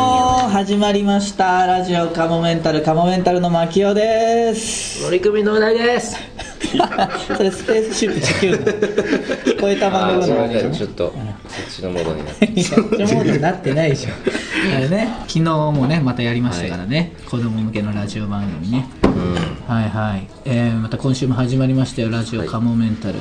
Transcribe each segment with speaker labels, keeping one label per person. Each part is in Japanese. Speaker 1: 始まりましたラジオカモメンタルカモメンタルの牧雄です
Speaker 2: 乗組のうなぎです。
Speaker 1: それスペースシップ地球の超えた
Speaker 2: あ
Speaker 1: 番
Speaker 2: あ、す
Speaker 1: 組
Speaker 2: み
Speaker 1: なんで
Speaker 2: ません、
Speaker 1: し
Speaker 2: ちょ
Speaker 1: ょ
Speaker 2: っと、そっちのモードになっ
Speaker 1: めっちゃモードになってないでしょあれね昨日もねまたやりましたからね、子供向けのラジオ番組ね
Speaker 2: うん、
Speaker 1: はいはい、えーまた今週も始まりましたよラジオカモメンタル、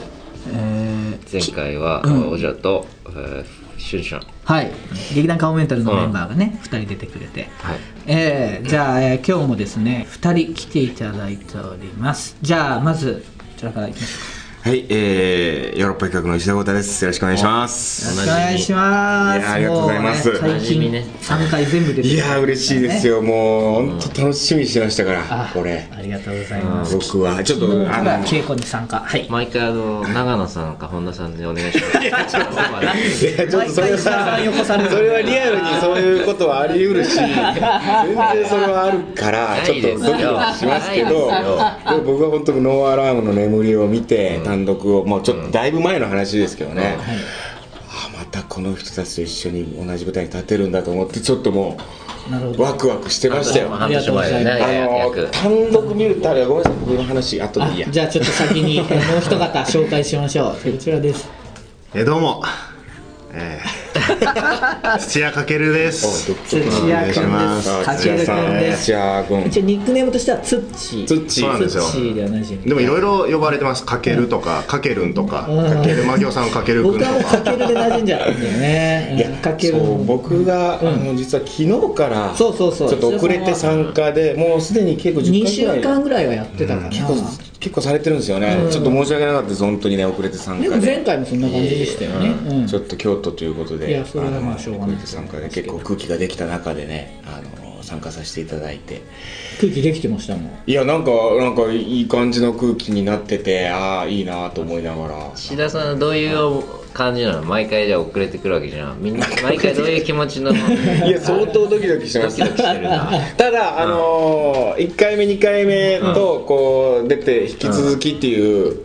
Speaker 1: えー
Speaker 2: 前回は、おじゃと、えー、シュンシュン。
Speaker 1: はい劇団カモメンタルのメンバーがね、2人出てくれて
Speaker 2: はい。
Speaker 1: えー、じゃあ、えー今日もですね2人来ていただいておりますじゃあまずこちらからいきましょ
Speaker 3: はい、えー、ヨーロッパ企画の石田豪太です。よろしくお願いします。
Speaker 1: うお願いします
Speaker 3: いやーありがとうございます
Speaker 1: もうね最近
Speaker 2: ね
Speaker 1: 3回全部出て
Speaker 3: いやー、嬉しいです
Speaker 1: よ
Speaker 3: よ。もう、本当楽しみにしてましたから
Speaker 1: あ、
Speaker 3: これ。
Speaker 1: ありがとうございます
Speaker 3: 僕は、ちょっと、
Speaker 1: た
Speaker 3: あ
Speaker 1: だ
Speaker 3: の、
Speaker 1: 稽古に参加はい
Speaker 2: 毎回、あの、長野さんか本田さんでお願いします。いや、ちょっと、
Speaker 3: いやちょっとそれ
Speaker 1: 毎回石田さん横され
Speaker 3: は、
Speaker 1: る
Speaker 3: それはリアルにそういうことはあり得るし、全然それはあるから、
Speaker 2: な
Speaker 3: ちょ
Speaker 2: い
Speaker 3: っと
Speaker 2: ですよ
Speaker 3: ドキドキしますけど、で
Speaker 2: ないですよ
Speaker 3: も僕は本当にノーアラームの眠りを見て、単独を、もうちょっとだいぶ前の話ですけどね。あまたこの人たちと一緒に同じ舞台に立てるんだと思ってちょっとも
Speaker 1: なるほ
Speaker 3: う
Speaker 1: ど
Speaker 3: ワクワクしてまし たよ
Speaker 1: ありがとうございます
Speaker 3: あの
Speaker 2: 役。
Speaker 3: 単独見るためごめんなさい僕の話後でいいや
Speaker 1: じゃあちょっと先 にえーもう一方紹介しましょうこちらです
Speaker 4: えどうも、えー、土屋かけるです。
Speaker 1: 土屋君ですかける君です
Speaker 3: 土屋君
Speaker 1: 一応ニックネームとしてはツッチー
Speaker 3: 土
Speaker 1: ツ
Speaker 3: 地
Speaker 4: そうなんですよ
Speaker 1: ッチーではないし
Speaker 4: でもいろいろ呼ばれてます。かけるとか、かけるんとか、かけるまぎょさん、かけるくん
Speaker 1: 僕
Speaker 4: と
Speaker 1: はもうか
Speaker 4: か。
Speaker 1: けるで馴染んじゃったんだよね
Speaker 3: いや
Speaker 1: うんかける
Speaker 3: そう僕が、あの実は昨日から
Speaker 1: そうそうそう
Speaker 3: ちょっと遅れて参加でもうすでに稽古
Speaker 1: 2
Speaker 3: 10
Speaker 1: 週
Speaker 3: 回ぐらい
Speaker 1: 間ぐらいはやってたかな、
Speaker 3: 結構結構されてるんですよね、ちょっと申し訳なかったです本当にね遅れて参
Speaker 1: で
Speaker 3: 加
Speaker 1: も
Speaker 3: で
Speaker 1: 前回もそんな感じでしたよね、うん
Speaker 3: ちょっと京都ということで、
Speaker 1: いやそれはまあ
Speaker 3: の
Speaker 1: しょうがない
Speaker 3: クイズ参加で結構空気ができた中でね、あの参加させていただいて、
Speaker 1: 空気できてましたもん
Speaker 3: いやなんかなんかいい感じの空気になってて、ああいいなと思いながら。
Speaker 2: 志田さん、どういう感じなの毎回じゃ遅れてくるわけじゃん。みんな、毎回どういう気持ちなの
Speaker 3: いや相当ドキドキしてま
Speaker 2: ド
Speaker 3: し
Speaker 2: キドキ
Speaker 3: た。
Speaker 2: してるな。
Speaker 3: ただあのー、1回目2回目とこう出て引き続きっていう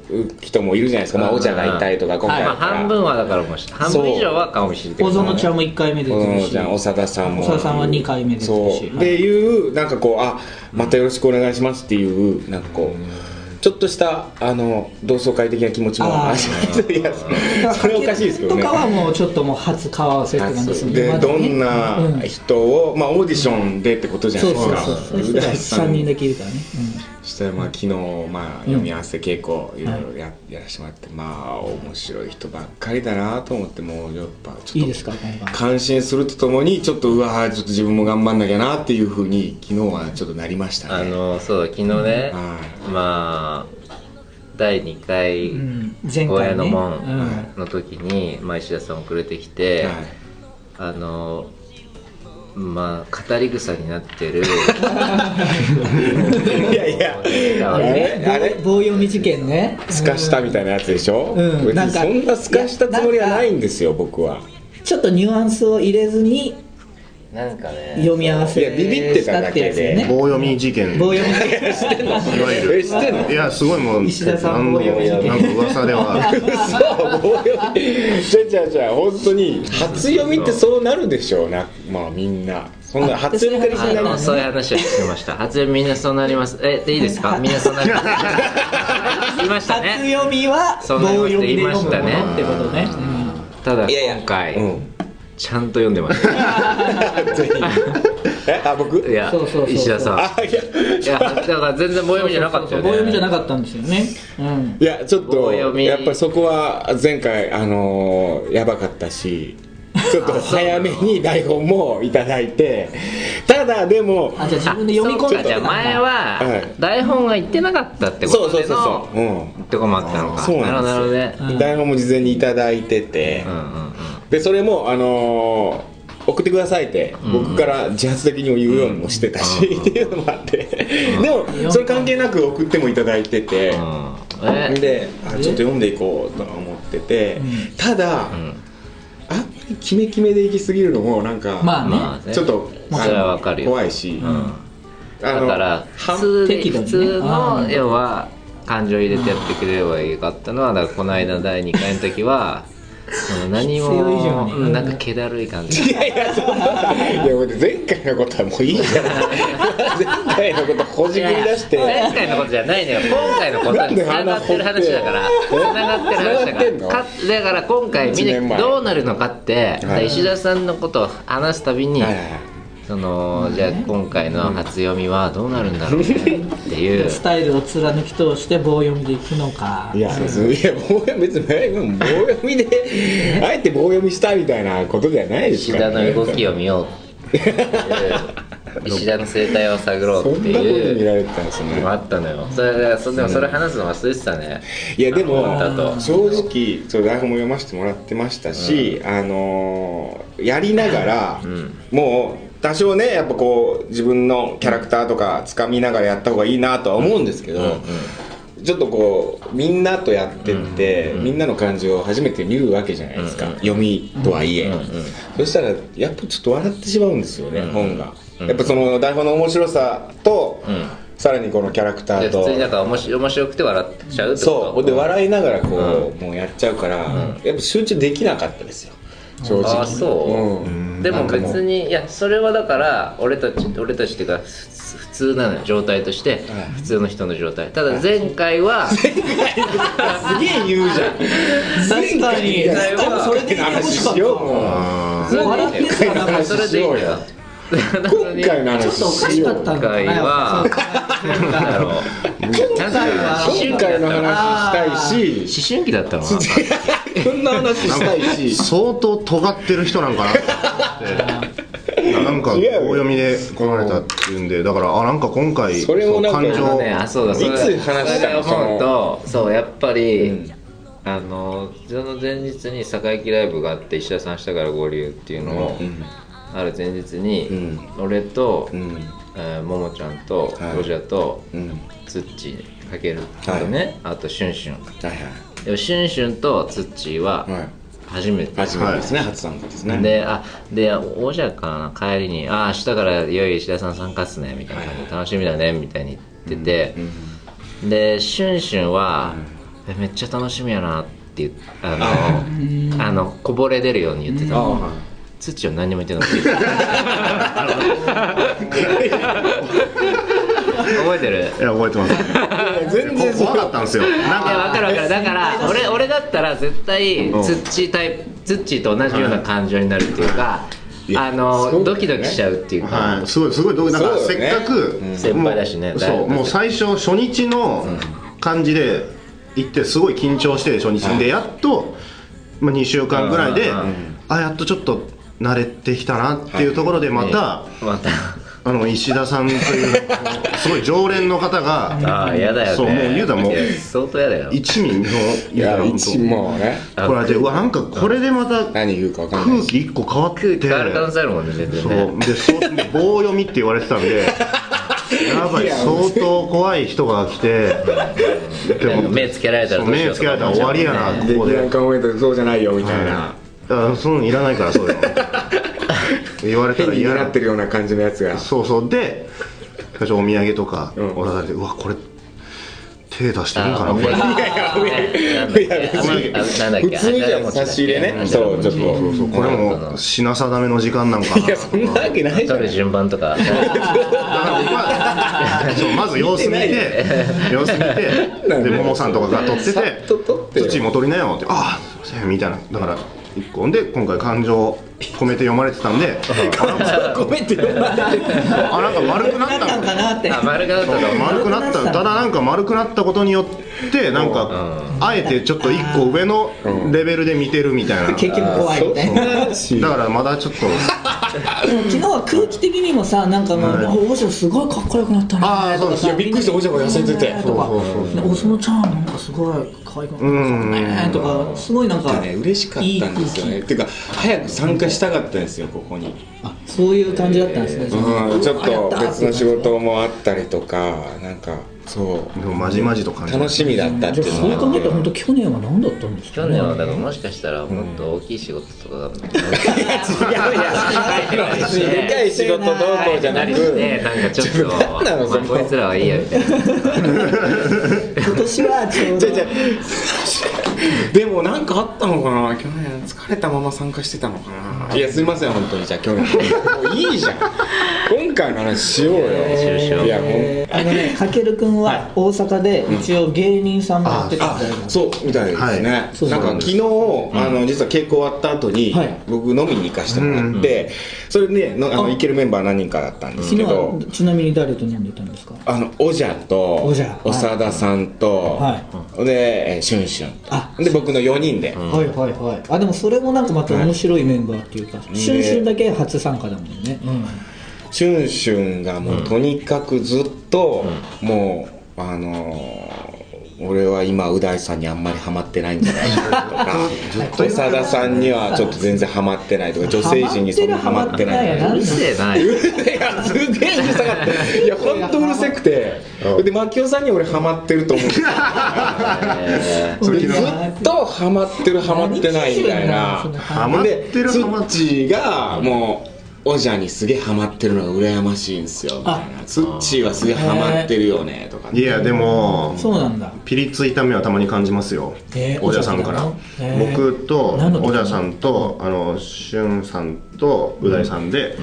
Speaker 3: 人もいるじゃないですか。まあお茶がいたりとか今回
Speaker 2: まあ、
Speaker 3: は
Speaker 2: 半分はだからもう半分以上はかもしれない
Speaker 1: 小園ちゃんも1回目出
Speaker 3: 小
Speaker 1: てる
Speaker 3: 野
Speaker 1: し
Speaker 3: ちゃん 長田さんも
Speaker 1: 長田さんは二回目ですし
Speaker 3: そう
Speaker 1: はい
Speaker 3: でいうなんかこうあまたよろしくお願いしますっていうなんかこうちょっとしたあの同窓会的な気持ちも
Speaker 1: あー
Speaker 3: あします いやそれおかしいですけどね
Speaker 1: とかはもうちょっともう初顔合わせって感じですもんね
Speaker 3: で
Speaker 1: まだね
Speaker 3: どんな人を、まあ、オーディションでってことじゃな
Speaker 1: そ
Speaker 3: いうで
Speaker 1: そ
Speaker 3: す
Speaker 1: う
Speaker 3: か
Speaker 1: そうそうそ
Speaker 3: で
Speaker 1: したら
Speaker 3: う
Speaker 1: 3人だけいるからね、
Speaker 3: したらまあ昨日、まあ、読み合わせ稽古いろいろや,、やらせてもらってまあ面白い人ばっかりだなと思ってもうやっぱちょっ
Speaker 1: う
Speaker 3: と
Speaker 1: ん、いいですか今回
Speaker 3: 感心するとともにちょっとうわーちょっと自分も頑張んなきゃなっていうふうに昨日はちょっとなりました
Speaker 2: あ
Speaker 3: ね
Speaker 2: のそうだ昨日ね、
Speaker 3: は
Speaker 2: まあ第2回
Speaker 1: うん前
Speaker 2: 公演
Speaker 1: 回
Speaker 2: の
Speaker 1: ね、
Speaker 2: 門
Speaker 1: うん
Speaker 2: の時に、まあ、石田さん遅れてきて、
Speaker 3: はい
Speaker 2: あのまあ語り草になって る
Speaker 3: いやいや
Speaker 2: あ
Speaker 1: あ
Speaker 2: れ
Speaker 1: れ
Speaker 3: あれ
Speaker 1: 棒棒読み事件ね
Speaker 3: すかしたみたいなやつでしょ、
Speaker 1: うん
Speaker 3: 別
Speaker 1: なん
Speaker 3: に
Speaker 1: か
Speaker 3: そんなすかしたつもりはないんですよ僕は
Speaker 1: ちょっとニュアンスを入れずに
Speaker 2: なんかね
Speaker 1: 読み合わせ
Speaker 3: いやビビってただけで
Speaker 1: したってやつね
Speaker 4: 棒読み事件。
Speaker 1: 棒読み事件
Speaker 4: いわゆ
Speaker 3: え
Speaker 4: る。
Speaker 3: 知ってんの
Speaker 4: いや、すごいもう、
Speaker 1: 石田さん
Speaker 4: な
Speaker 1: 棒
Speaker 4: ん
Speaker 1: 読み事件
Speaker 4: なんか噂では。
Speaker 3: そう棒読みじゃあじゃあじゃあ本当に初読みってそうなるでしょうなまあみんなそんな初読みからいき
Speaker 2: あ
Speaker 3: なり
Speaker 2: のそういう話をしてました初音みんなそうなりますえでいいです かみんなそうなります言いました
Speaker 1: 初
Speaker 2: ね
Speaker 1: 読みは棒
Speaker 2: そんなの
Speaker 1: 読みで読むもの
Speaker 2: 言いましたね
Speaker 1: ってことね、うん
Speaker 2: ただ
Speaker 3: いやいや
Speaker 2: 今回
Speaker 3: うん
Speaker 2: ちゃんと読んでました
Speaker 3: ぜひえあ僕
Speaker 2: いや
Speaker 1: そうそうそうそう
Speaker 2: 石田さん
Speaker 3: あいや
Speaker 2: いやだから全然棒読みじゃなかったよね
Speaker 1: 棒読みじゃなかったんですよね。うん。
Speaker 3: いやちょっ
Speaker 2: 棒
Speaker 3: と
Speaker 2: 読み
Speaker 3: やっぱりそこは前回あのーやばかっ たしちょっと早めに台本もいただいてただでも
Speaker 1: あ、じゃあ自分で読み込んだ
Speaker 2: あそうかじゃあ前
Speaker 3: は
Speaker 2: はい台本が言ってなかったってこ
Speaker 3: そ
Speaker 2: と
Speaker 3: うそう
Speaker 2: で
Speaker 3: そう
Speaker 2: の
Speaker 3: そううん
Speaker 2: ってこもあったのか
Speaker 3: そう
Speaker 2: なる
Speaker 3: な
Speaker 2: ほ
Speaker 3: ん
Speaker 2: ど
Speaker 3: で
Speaker 2: ね
Speaker 3: すよ台本も事前にいただいてて
Speaker 2: うんうんうん
Speaker 3: でそれもあのー送ってくださいって僕から自発的に言うようにもしてたしっていうのもあってでもそれ関係なく送ってもいただいてて
Speaker 2: うんえ
Speaker 3: であちょっと読んでいこうとは思っててただあんまりキメキメでいきすぎるのもなんか
Speaker 1: まあね
Speaker 2: まあね
Speaker 3: ちょっと
Speaker 2: それはわかるよ
Speaker 3: 怖いし
Speaker 2: うん
Speaker 3: あ
Speaker 2: だ
Speaker 3: の
Speaker 2: から
Speaker 3: 半
Speaker 2: 普通で
Speaker 1: 適度に
Speaker 2: 普
Speaker 1: ね
Speaker 2: 通
Speaker 1: あ
Speaker 2: の
Speaker 1: ー
Speaker 2: 要は感情入れてやってくれればよかったのはだからこの間第2回の時はその何も
Speaker 1: 必要以上に
Speaker 2: うんなんか気だるい感 じ
Speaker 3: いやいや、そんな。いや、俺前回のことはもういいじゃない。 前回のことほじくり出して。
Speaker 2: 前回のことじゃないの よ今回のことにつながってる話だからつながってる話だか
Speaker 3: 繋がってんの
Speaker 2: らかだから今回み
Speaker 3: 一年
Speaker 2: んな
Speaker 3: 前
Speaker 2: どうなるのかって
Speaker 3: はい
Speaker 2: 石田さんのことを話すたびに
Speaker 3: はいはいはい
Speaker 2: そのじゃあ今回の初読みはどうなるんだろうねって いう
Speaker 1: スタイルを貫き通して棒読みでいくのか
Speaker 3: いや、別に、いや、棒読み、別に、今も棒読みで、あえて棒読みしたみたいなことじゃないです
Speaker 2: 石
Speaker 3: か
Speaker 2: 田
Speaker 3: ら、
Speaker 2: の動き
Speaker 3: を。
Speaker 2: を見ようっていう石田の生態を探ろ
Speaker 3: そ
Speaker 2: うんって
Speaker 3: なこと見ら
Speaker 2: いう
Speaker 3: れてたんですね
Speaker 2: の。もあったのよそれでそでもそれ話すの忘れてたね
Speaker 3: いやでも
Speaker 2: あの歌と
Speaker 3: 正直そう台本も読ませてもらってましたし、あのーやりながら、
Speaker 2: ん
Speaker 3: もう多少ねやっぱこう自分のキャラクターとか掴みながらやった方がいいなとは思うんですけど、ちょっとこうみんなとやってって、みんなの感じを初めて見るわけじゃないですか、読みとはいえ、そしたらやっぱちょっと笑ってしまうんですよね、本が、やっぱその台本の面白さと、
Speaker 2: ん
Speaker 3: さらにこのキャラクタ
Speaker 2: で
Speaker 3: ーと
Speaker 2: 普通になんか面白面白くて笑っちゃうってこと
Speaker 3: そうで笑いながらこう、もうやっちゃうから、やっぱ集中できなかったですよ正直
Speaker 2: あそう、
Speaker 3: ん
Speaker 2: でも
Speaker 3: なんか
Speaker 2: 別にいやそれはだから俺たち俺たちっていうかふつ普通なのよ状態として、
Speaker 3: はい
Speaker 2: 普通の人の状態ただ前回は
Speaker 3: すげえ言うじゃん
Speaker 1: 確かに
Speaker 3: 前
Speaker 2: 回
Speaker 1: 多分それでいてほしか
Speaker 3: 話
Speaker 1: っ
Speaker 3: しようもう
Speaker 1: た笑ってるからなんか
Speaker 2: それでいいんだ よ
Speaker 3: 今回の
Speaker 1: ちょ
Speaker 3: 話
Speaker 1: っとおかしかったのかな
Speaker 2: 今回は
Speaker 1: そう
Speaker 2: なんだろうなんだろう
Speaker 3: 今回の話したいし
Speaker 2: 思春期だったのかな
Speaker 3: こんな話したいし
Speaker 4: 相当尖ってる人なんかなって思ってなんか棒
Speaker 3: 違うよ
Speaker 4: 読みで来られたっていうんでだからあなんか今回
Speaker 3: それもなんか
Speaker 4: そう感
Speaker 2: あ
Speaker 4: 情
Speaker 2: のねあそうだそうだ
Speaker 3: いつ話したの
Speaker 2: それ思うとそうやっぱり、
Speaker 3: うん
Speaker 2: あのその前日に坂井ライブがあって石田さんしたから合流っていうのを、
Speaker 3: うん
Speaker 2: ある前日に、
Speaker 3: うん
Speaker 2: 俺と、
Speaker 3: うん
Speaker 2: えーももちゃんと
Speaker 3: はい
Speaker 2: ロジャーと、
Speaker 3: うん
Speaker 2: ツッチーかけるとね、あとシュンシュン
Speaker 3: はい
Speaker 2: でもシュンシュンとツッチーは
Speaker 3: はいはい
Speaker 2: 初めて、
Speaker 3: 初めてですね初参加ですね
Speaker 2: で、あ、で、おじゃかな、帰りに、あ、明日からいよいよ石田さん参加っすね、みたいな感じで、楽しみだね、みたいに言ってて、で、シュンシュンは、えめっちゃ楽しみやなって言って、あの、あの、こぼれ出るように言ってた
Speaker 3: あ
Speaker 2: の。土を何にも言ってなか った。覚えてる
Speaker 4: いや覚えて ます
Speaker 3: 全
Speaker 4: こ怖かったんですよなん
Speaker 2: いや
Speaker 4: か
Speaker 2: わかるわかるだから俺俺だったら絶対
Speaker 4: うん
Speaker 2: ツッチータイプツッチーと同じような感情になるっていうか、あの、
Speaker 3: そうだよね
Speaker 2: ドキドキしちゃうっていうか、
Speaker 4: はい、すごいすごいどうなんか
Speaker 3: そう
Speaker 4: せ
Speaker 3: よね
Speaker 4: っかく、
Speaker 3: うん
Speaker 2: 先輩だしね
Speaker 4: もう
Speaker 2: だいぶ
Speaker 4: そうもう最初初日の感じで行ってすごい緊張して初日にでやっと、まあ、2週間ぐらいで、
Speaker 2: うんうんうん
Speaker 4: あやっとちょっと慣れてきたなっていうところでまた、
Speaker 2: また
Speaker 4: あの石田さんと いうすごい常連の方が
Speaker 2: ああやだよね
Speaker 4: そうもう言うたらもう
Speaker 2: いや相当やだよ
Speaker 4: 一味の
Speaker 3: いや一もうね
Speaker 2: あ
Speaker 4: これでうわなんかこれでまた
Speaker 3: 何言うか分かんない
Speaker 4: 空
Speaker 3: です
Speaker 4: 気一個変わって
Speaker 2: 変わる可能性あるもんね全然
Speaker 4: そう
Speaker 2: ね
Speaker 4: でそうで棒読みって言われてたんでやばい相当怖い人が来てで
Speaker 2: なんか目つけられたら
Speaker 4: そう
Speaker 2: どうしよ
Speaker 4: 目
Speaker 2: う
Speaker 4: つ
Speaker 2: と
Speaker 4: け
Speaker 2: から思ったちゃう
Speaker 4: れら終わりやな
Speaker 2: ね
Speaker 4: ここ
Speaker 3: 劇団
Speaker 4: で
Speaker 3: カモメントそうじゃないよみたいな
Speaker 4: はいあそのいらないからそうよ言われた
Speaker 3: 変
Speaker 4: ら
Speaker 3: に
Speaker 4: 嫌
Speaker 3: な
Speaker 4: な
Speaker 3: ってるような感じのやつが
Speaker 4: そうそうで最初お土産とか
Speaker 3: うん
Speaker 4: 渡されてうわこれ手出してるんかなこれ
Speaker 2: あ
Speaker 3: いやいや別に
Speaker 2: あなんだっけ
Speaker 3: 普通じゃん差し入れねそうちょっと
Speaker 4: そうそうこれも品定めの時間なんかない
Speaker 3: やそんなわけないじゃん
Speaker 2: 取る順番とか
Speaker 4: だから僕はそうまず様子見て様子見
Speaker 3: なん
Speaker 4: て
Speaker 3: で
Speaker 4: でももさんとかが撮って
Speaker 3: さ
Speaker 4: て
Speaker 3: っと撮ってよ
Speaker 4: 土も取りなよ」って「ああすいません」みたいなだから一個で今回感情込めて読まれてた んで
Speaker 3: ごめんって言わない
Speaker 4: あなんか丸くなった
Speaker 1: な
Speaker 4: の
Speaker 1: んかなって
Speaker 2: あ丸がだったの
Speaker 4: 丸くなったただなんか丸くなったことによってなんかあえてちょっと一個上のレベルで見てるみたいな
Speaker 1: 結局怖いみたいな
Speaker 4: だからまだ ちょっと
Speaker 1: でも昨日は空気的にもさなんかもう、
Speaker 4: はい
Speaker 1: おおじゃすごいかっこよくなったね
Speaker 4: あーそうです
Speaker 1: とかさ
Speaker 3: びっくりしておじゃが痩せてて
Speaker 1: とか
Speaker 4: そうそう
Speaker 1: おそのちゃんなんかすごい可愛くなったねとかすごいなんか
Speaker 3: ね 嬉しかったんですよ
Speaker 1: い
Speaker 3: ね
Speaker 1: い空
Speaker 3: ていうか早く参加したかったんですよここに
Speaker 1: 気あそういう感じだったんですね、
Speaker 3: うんちょっ
Speaker 1: あや
Speaker 3: と
Speaker 1: たー
Speaker 3: 別の仕事もあったっていう感じねったりとかなんかそ
Speaker 4: でもまじまじと感
Speaker 3: う
Speaker 4: じ
Speaker 3: 楽しみだったって
Speaker 1: じゃあ
Speaker 3: いう
Speaker 1: そう
Speaker 3: の
Speaker 1: 考えたら
Speaker 3: が
Speaker 1: 本当去年は何だったんですか
Speaker 2: 去 年はだからもしかしたらもっと大きい仕事とかが
Speaker 3: いやいや別にでかい仕事どうこうじゃなく
Speaker 2: ね なんかちょっと
Speaker 3: なんなのそ
Speaker 2: まあ
Speaker 3: の
Speaker 2: こいつらはいいやみたいな
Speaker 1: 今年はちょう
Speaker 3: じ
Speaker 1: ど
Speaker 3: ゃじゃでもなんかあったのかな去年疲れたまま参加してたのかないやすいません本当にじゃあ去年 もういいじゃん今回の話しようよ
Speaker 2: しようしよう
Speaker 3: いやもう
Speaker 1: あのね、かけるくんは大阪で一応芸人さんもやってた
Speaker 3: あ
Speaker 1: みたいな。
Speaker 3: そうみたいですね、
Speaker 1: そう
Speaker 3: なんか
Speaker 1: そうなんで
Speaker 3: 昨日、あの実は稽古終わった後に、
Speaker 1: はい
Speaker 3: 僕飲みに行かせてもらって、それでのあの
Speaker 1: あ
Speaker 3: 行けるメンバー何人かだったんです
Speaker 1: 昨
Speaker 3: け
Speaker 1: 日
Speaker 3: ど
Speaker 1: はちなみに誰と飲んでたんですか
Speaker 3: あのオジャと
Speaker 1: オジャ
Speaker 3: 長田さんと、
Speaker 1: は
Speaker 3: でえーシュンシュン
Speaker 1: あ
Speaker 3: とで僕の4人で、
Speaker 1: はいはいはいあでもそれもなんかまた面白いメンバーっていうか、シュンシュンだけ初参加だもんね、
Speaker 3: シュンシュンがもうとにかくずっと、もうあのー俺は今う大さんにあんまりハマってないんじゃないかとか長田さんにはちょっと全然ハマってないとか女性陣にそんなハマって ない
Speaker 1: ハマってるハマってないやな
Speaker 2: うるせえないう
Speaker 3: るせえやすげえうるさかったいや本当うるせくて
Speaker 4: うん
Speaker 3: で牧雄さんに俺ハマってると思って
Speaker 2: え
Speaker 1: うん、
Speaker 3: ずっとハマってるハマってないみたいな
Speaker 4: ハマってる
Speaker 3: ツ
Speaker 4: ハマ
Speaker 3: ッ
Speaker 4: って
Speaker 3: チーがもうオジャにすげえハマってるのが羨ましいんですよみたいなツッチーはすげえハマってるよねとか
Speaker 4: いやでも
Speaker 1: そうなんだ
Speaker 4: ピリついた目はたまに感じますよ、
Speaker 1: えー
Speaker 4: おじゃさんから
Speaker 1: おじゃさんからえー
Speaker 4: 僕と
Speaker 1: 何の時
Speaker 4: おじゃさんとあのしゅんさんとうだいさんで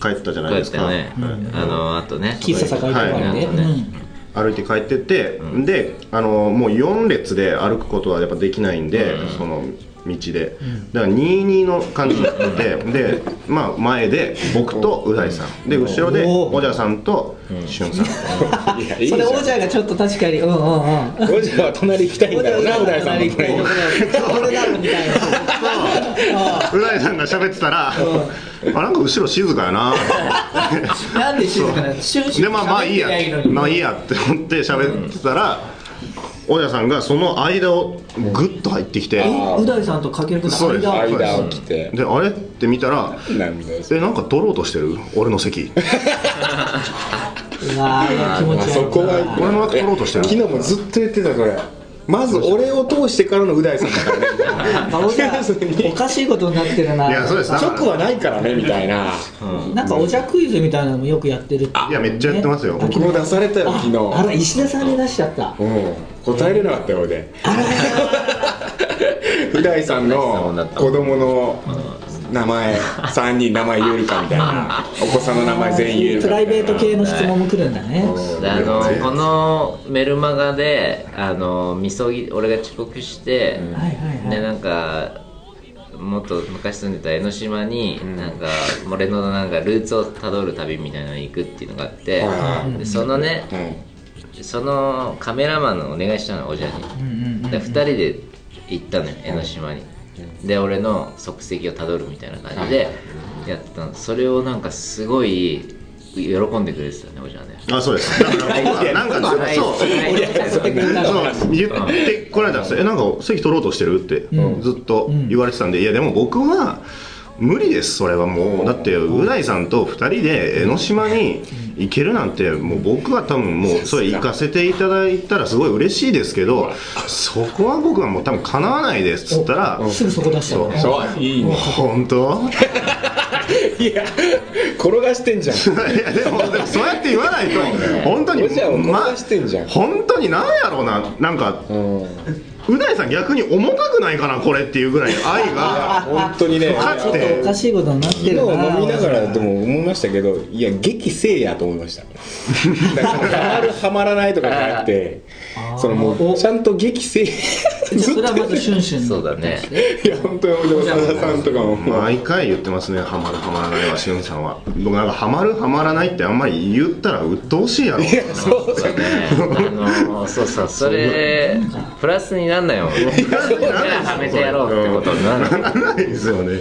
Speaker 4: 帰ってたじゃ
Speaker 2: え
Speaker 4: な
Speaker 2: こうや
Speaker 4: いで
Speaker 2: っ
Speaker 4: す
Speaker 2: て
Speaker 4: か、
Speaker 2: ね
Speaker 4: はい
Speaker 2: あのあとね
Speaker 1: 喫茶坂井とか
Speaker 4: はい
Speaker 1: ね、
Speaker 2: あとね
Speaker 1: うん
Speaker 4: 歩いて帰ってて、であのもう4列で歩くことはやっぱできないんで、その道で、だから22の感じになっててで、まあ、前で僕とうだいさんで後ろで
Speaker 1: おー
Speaker 4: おじゃさんとしゅんさん、
Speaker 3: いやいいじ
Speaker 1: そ
Speaker 3: ゃん
Speaker 1: れ王者がちょっと確かにうんうんうん
Speaker 3: オジャは隣行きたいんだろうなうだいさんの隣に
Speaker 1: 俺だろみたいな
Speaker 4: うらいさんが喋ってたら、あなんか後ろ静かやな
Speaker 1: なんで静かなのシュンシュン
Speaker 4: でまあまあいいや
Speaker 1: 喋ってないのに
Speaker 4: まあいいやって思って喋ってたら、大家さんがその間をグッと入ってきて、
Speaker 1: うだいさんとかけるくんの
Speaker 4: そうです
Speaker 1: 間
Speaker 3: 間を来て
Speaker 4: であれって見たら
Speaker 3: なんだよ
Speaker 4: えなんか取ろうとしてる俺の席
Speaker 1: うわー気持ち悪い
Speaker 3: あ
Speaker 1: な
Speaker 3: そこは
Speaker 4: 俺の枠取ろうとしてる
Speaker 3: 昨日もずっと言ってたこれまず俺を通してからのう大さんだから ね
Speaker 1: あおじゃ
Speaker 3: それに
Speaker 1: おかしいことになってるない
Speaker 4: やそうですだ
Speaker 3: チ
Speaker 4: か
Speaker 3: ョコ
Speaker 4: ら
Speaker 3: はないからねみたいな
Speaker 1: なんかおじゃクイズみたいなのもよくやってるって
Speaker 4: いやめっちゃやってますよ
Speaker 3: 僕も出されたよ昨日
Speaker 1: あら石田さんに出しちゃった
Speaker 3: うん答えれなかったよ俺う大さんの子供の名前3人名前言えるかみたいなお子さんの名前全員言える
Speaker 1: プ
Speaker 3: かみ
Speaker 1: ラ
Speaker 3: たい
Speaker 1: イ
Speaker 3: な
Speaker 1: ベート系の質問も来るんだね
Speaker 2: であのこのメルマガであのみそぎ俺が遅刻して、
Speaker 1: はいはいはい
Speaker 2: でなんかもっと昔住んでた江ノ島に、なんか俺のなんかルーツをたどる旅みたいなのに行くっていうのがあって、
Speaker 3: はいは
Speaker 2: でそのね、
Speaker 3: うん
Speaker 2: そのカメラマンのお願いしたのおじゃに、で2人で行ったのよ江ノ島に、で俺の足跡をたどるみたいな感じでやってたのそれをなんかすごい喜んでくれてたねおじゃね
Speaker 4: あそうですだから僕はなんかずっと そう
Speaker 2: いやいや
Speaker 1: 誘ってくれたの
Speaker 4: そう言ってこられたんですよ「えなんか席取ろうとしてる?」ってずっと言われてたんで「いやでも僕は無理ですそれはもうだってう大さんと2人で江ノ島に行けるなんてもう僕は多分もうそれ行かせていただいたらすごい嬉しいですけどそこは僕はもう多分かなわないです」っつったら
Speaker 1: すぐそこ出したのね
Speaker 3: そういい
Speaker 4: 「
Speaker 3: ね
Speaker 4: 本 当?」
Speaker 3: いや転がしてんじゃん
Speaker 4: いやでもでもそうやって言わないと本当に
Speaker 3: おじゃを転
Speaker 4: ま
Speaker 3: がしてんじゃん
Speaker 4: 本当になんやろうななんか
Speaker 3: うん
Speaker 4: う大さん逆に重たくないかなこれっていうぐらい愛が
Speaker 3: 本当にね
Speaker 4: かつて
Speaker 1: おかしいことになって
Speaker 3: 昨日
Speaker 1: るな
Speaker 3: 飲みながらでも思いましたけどいや激せえやと思いましただからハマるハマらないとかじゃなくてそのもうちゃんと激せえ
Speaker 1: じゃあ
Speaker 3: ず
Speaker 1: それ
Speaker 3: っ
Speaker 1: はまずシュンシュン
Speaker 2: そうだね
Speaker 3: といや本当にお長田さんとかももう
Speaker 4: 毎回言ってますねハマるハマらないはしゅんさんは僕なんかハマるハマらないってあんまり言ったら鬱陶しいや
Speaker 3: い
Speaker 4: ろ
Speaker 3: やそうだね
Speaker 2: ね、あのそうそうそれプラスになんないもんはめてやろうってことになる
Speaker 4: ならないですよね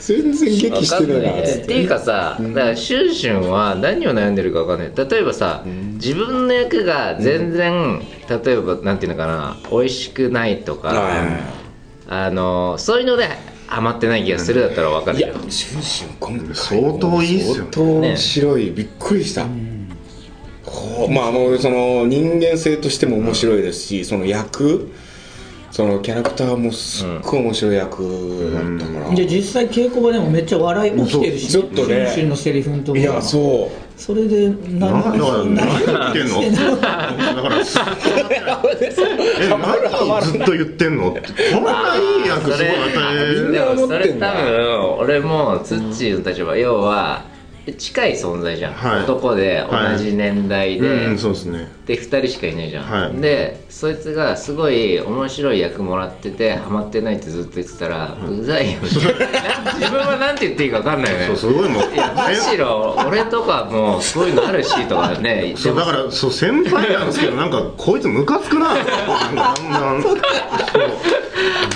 Speaker 3: 全然激してるな
Speaker 2: わかんないっていうかさ、だからシュンシュンは何を悩んでるか分かんない例えばさ、自分の役が全然、例えばなんていうのかな美味しくないとか、あのそういうのでハマってない気がするだったら分かる
Speaker 3: い
Speaker 2: け
Speaker 3: や
Speaker 2: ど
Speaker 3: シュンシュン今回
Speaker 4: 相当いいっすよ
Speaker 3: 相
Speaker 4: ね
Speaker 3: 当面白いびっくりした、こうまあもうその人間性としても面白いですし、その役そのキャラクターもすっごい面白い役だったから、
Speaker 1: で実際稽古場でもめっちゃ笑い起きてるし
Speaker 3: そうちょっとね
Speaker 1: シュンシュンのセリフのとこ
Speaker 3: いやそう
Speaker 1: それで
Speaker 4: なだから
Speaker 1: 何
Speaker 4: 何言ってんのだからすっごいえ何をずっと言ってんのってこんないい役すごい与え
Speaker 2: でもそれ
Speaker 3: みんな
Speaker 2: 多分俺もツッチーの立場、要は近い存在じゃん、
Speaker 4: はい
Speaker 2: 男で
Speaker 4: はい
Speaker 2: 同じ年代で、
Speaker 4: うんそうですね
Speaker 2: で2人しかいないじゃん、
Speaker 4: はい
Speaker 2: でそいつがすごい面白い役もらっててハマってないってずっと言ってたら、うざいよ みたいな自分はなんて言っていいか分かんないよね
Speaker 4: そうすごいもう
Speaker 2: いやむしろ俺とかもそういうのあるしとかね
Speaker 4: そうだからそう先輩なんですけどなんかこいつムカつくななんかだんだんそう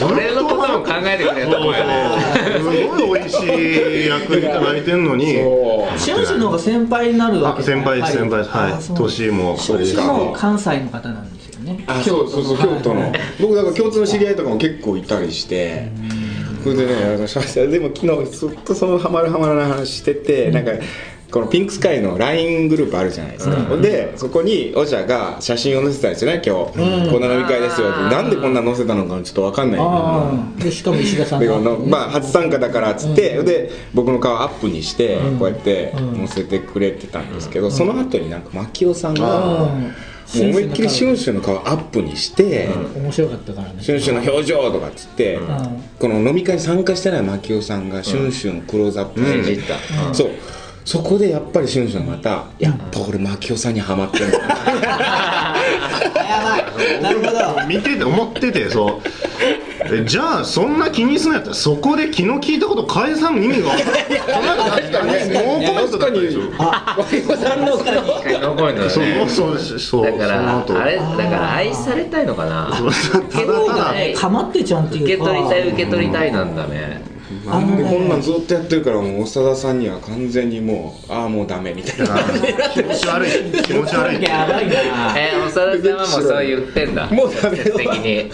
Speaker 2: 俺のことも考えてくれ
Speaker 4: そ
Speaker 2: と思うよね
Speaker 4: うすごい美味しい役いただいてんのに
Speaker 3: そう
Speaker 1: シュンシュンの方が先輩になるわけ
Speaker 4: あ先輩です先輩ですはい
Speaker 1: あそう
Speaker 4: 年も
Speaker 1: シュンシュンも関西の方なんですよね
Speaker 3: あそうそうそう京都の僕だから共通の知り合いとかも結構いたりしてそれでねあのしましたでも昨日ずっとそのハマるハマらない話してて、なんかこのピンクスカイの LINE グループあるじゃないですか、でそこにオシャが写真を載せてたんですよね今日、こんな飲み会ですよってなんでこんな載せたのかちょっと分かんないけど
Speaker 1: ああでしかも石田さん
Speaker 3: で
Speaker 1: が
Speaker 3: このまあ初参加だからっつって、で僕の顔アップにしてこうやって載せてくれてたんですけど、その後になんか牧雄さんが、もう思いっきりシュンシュンの顔アップにして、
Speaker 1: 面白かったからね
Speaker 3: シュンシュンの表情とかっつって、この飲み会に参加してない牧雄さんがシュンシュンをクローズアップ
Speaker 2: うん
Speaker 3: して、そうそこでやっぱりシュンシュンがまた、やっぱ俺牧雄さんにはまって る
Speaker 1: なるほど
Speaker 4: 見てて思っててそうえじゃあそんな気にすんのやったらそこで昨日聞いたこと返さん意味が確かにねノーコメントだったでしょ
Speaker 2: 一回ノーコメントだね
Speaker 4: そうそうそう
Speaker 2: だから
Speaker 4: その後
Speaker 2: あれだから愛されたいのかな
Speaker 4: ただただ
Speaker 1: かまってちゃんって
Speaker 2: 受
Speaker 1: い
Speaker 2: け
Speaker 1: うか
Speaker 2: 取りたい受け取りたいなんだね
Speaker 3: なんでこんなんずっとやってるからもう長田さんには完全にもうああもうダメみたいな
Speaker 4: 気持ち悪い気持ち悪い
Speaker 1: やばいな
Speaker 2: えー、長田さんはもうそう言ってんだ
Speaker 3: もうダメだ
Speaker 2: 徹底的に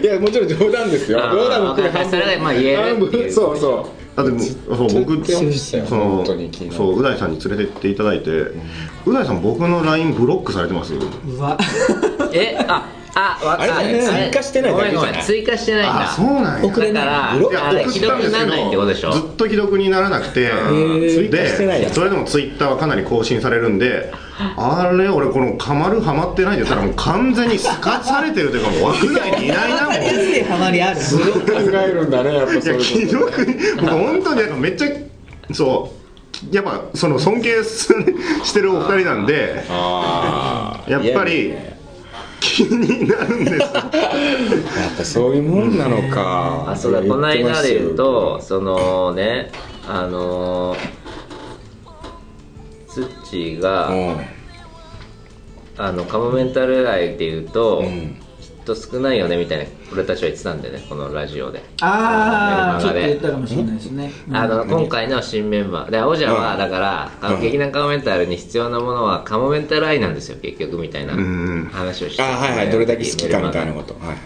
Speaker 3: いやもちろん冗談ですよ
Speaker 2: あー
Speaker 3: 冗談も含め
Speaker 2: それがまあ言えるっていう
Speaker 3: 半分そうそ
Speaker 4: だってそう僕そ
Speaker 3: 本
Speaker 4: の
Speaker 3: 当に気になる
Speaker 4: そうう大さんに連れてっていただいてう大さん僕の LINE ブロックされてます
Speaker 1: うわ
Speaker 2: えああわかる
Speaker 3: あれだね追加してないだけじ
Speaker 2: ごめ
Speaker 3: ゃない
Speaker 2: んごめん追加してないんだ
Speaker 4: あそうなんや
Speaker 1: 送れ
Speaker 2: だか
Speaker 1: な
Speaker 2: ら
Speaker 3: ブロック
Speaker 2: あれ既読にならないってことでしょ
Speaker 4: ずっと既読にならなくて
Speaker 3: 追加してないや
Speaker 4: で
Speaker 3: つ
Speaker 4: それでもツイッターはかなり更新されるんであれ俺この「かまるハマってない」って言ったらもう完全にすかされてるというかもう枠内にいないなもう
Speaker 1: 分かりやすいハマりある
Speaker 3: うそう考えるんだねやっぱ
Speaker 4: い
Speaker 3: そう
Speaker 4: や
Speaker 3: い
Speaker 4: 既
Speaker 3: うこ
Speaker 4: 読に僕本当になんかめっちゃそうやっぱその尊敬すしてるお二人なんで
Speaker 3: とあ
Speaker 4: やっぱり気になるんですよ
Speaker 3: あやっぱそういうもんなのか
Speaker 2: あそうだこの間で言うとそのねあのツッチー
Speaker 3: う
Speaker 2: が
Speaker 3: ん
Speaker 2: あのカモメンタル愛で言うと、
Speaker 3: ん
Speaker 2: きっと少ないよねみたいな俺たちは言ってたんでねこのラジオで、
Speaker 1: ああちょっと言ったかもしれないですね
Speaker 2: あの今回の新メンバーで青じゃはだから、あの劇団カモメンタルに必要なものはカモメンタル愛なんですよ結局みたいな
Speaker 4: うん
Speaker 2: 話をして
Speaker 3: あ
Speaker 2: た
Speaker 3: はいはいどれだけ好きかみたいなことは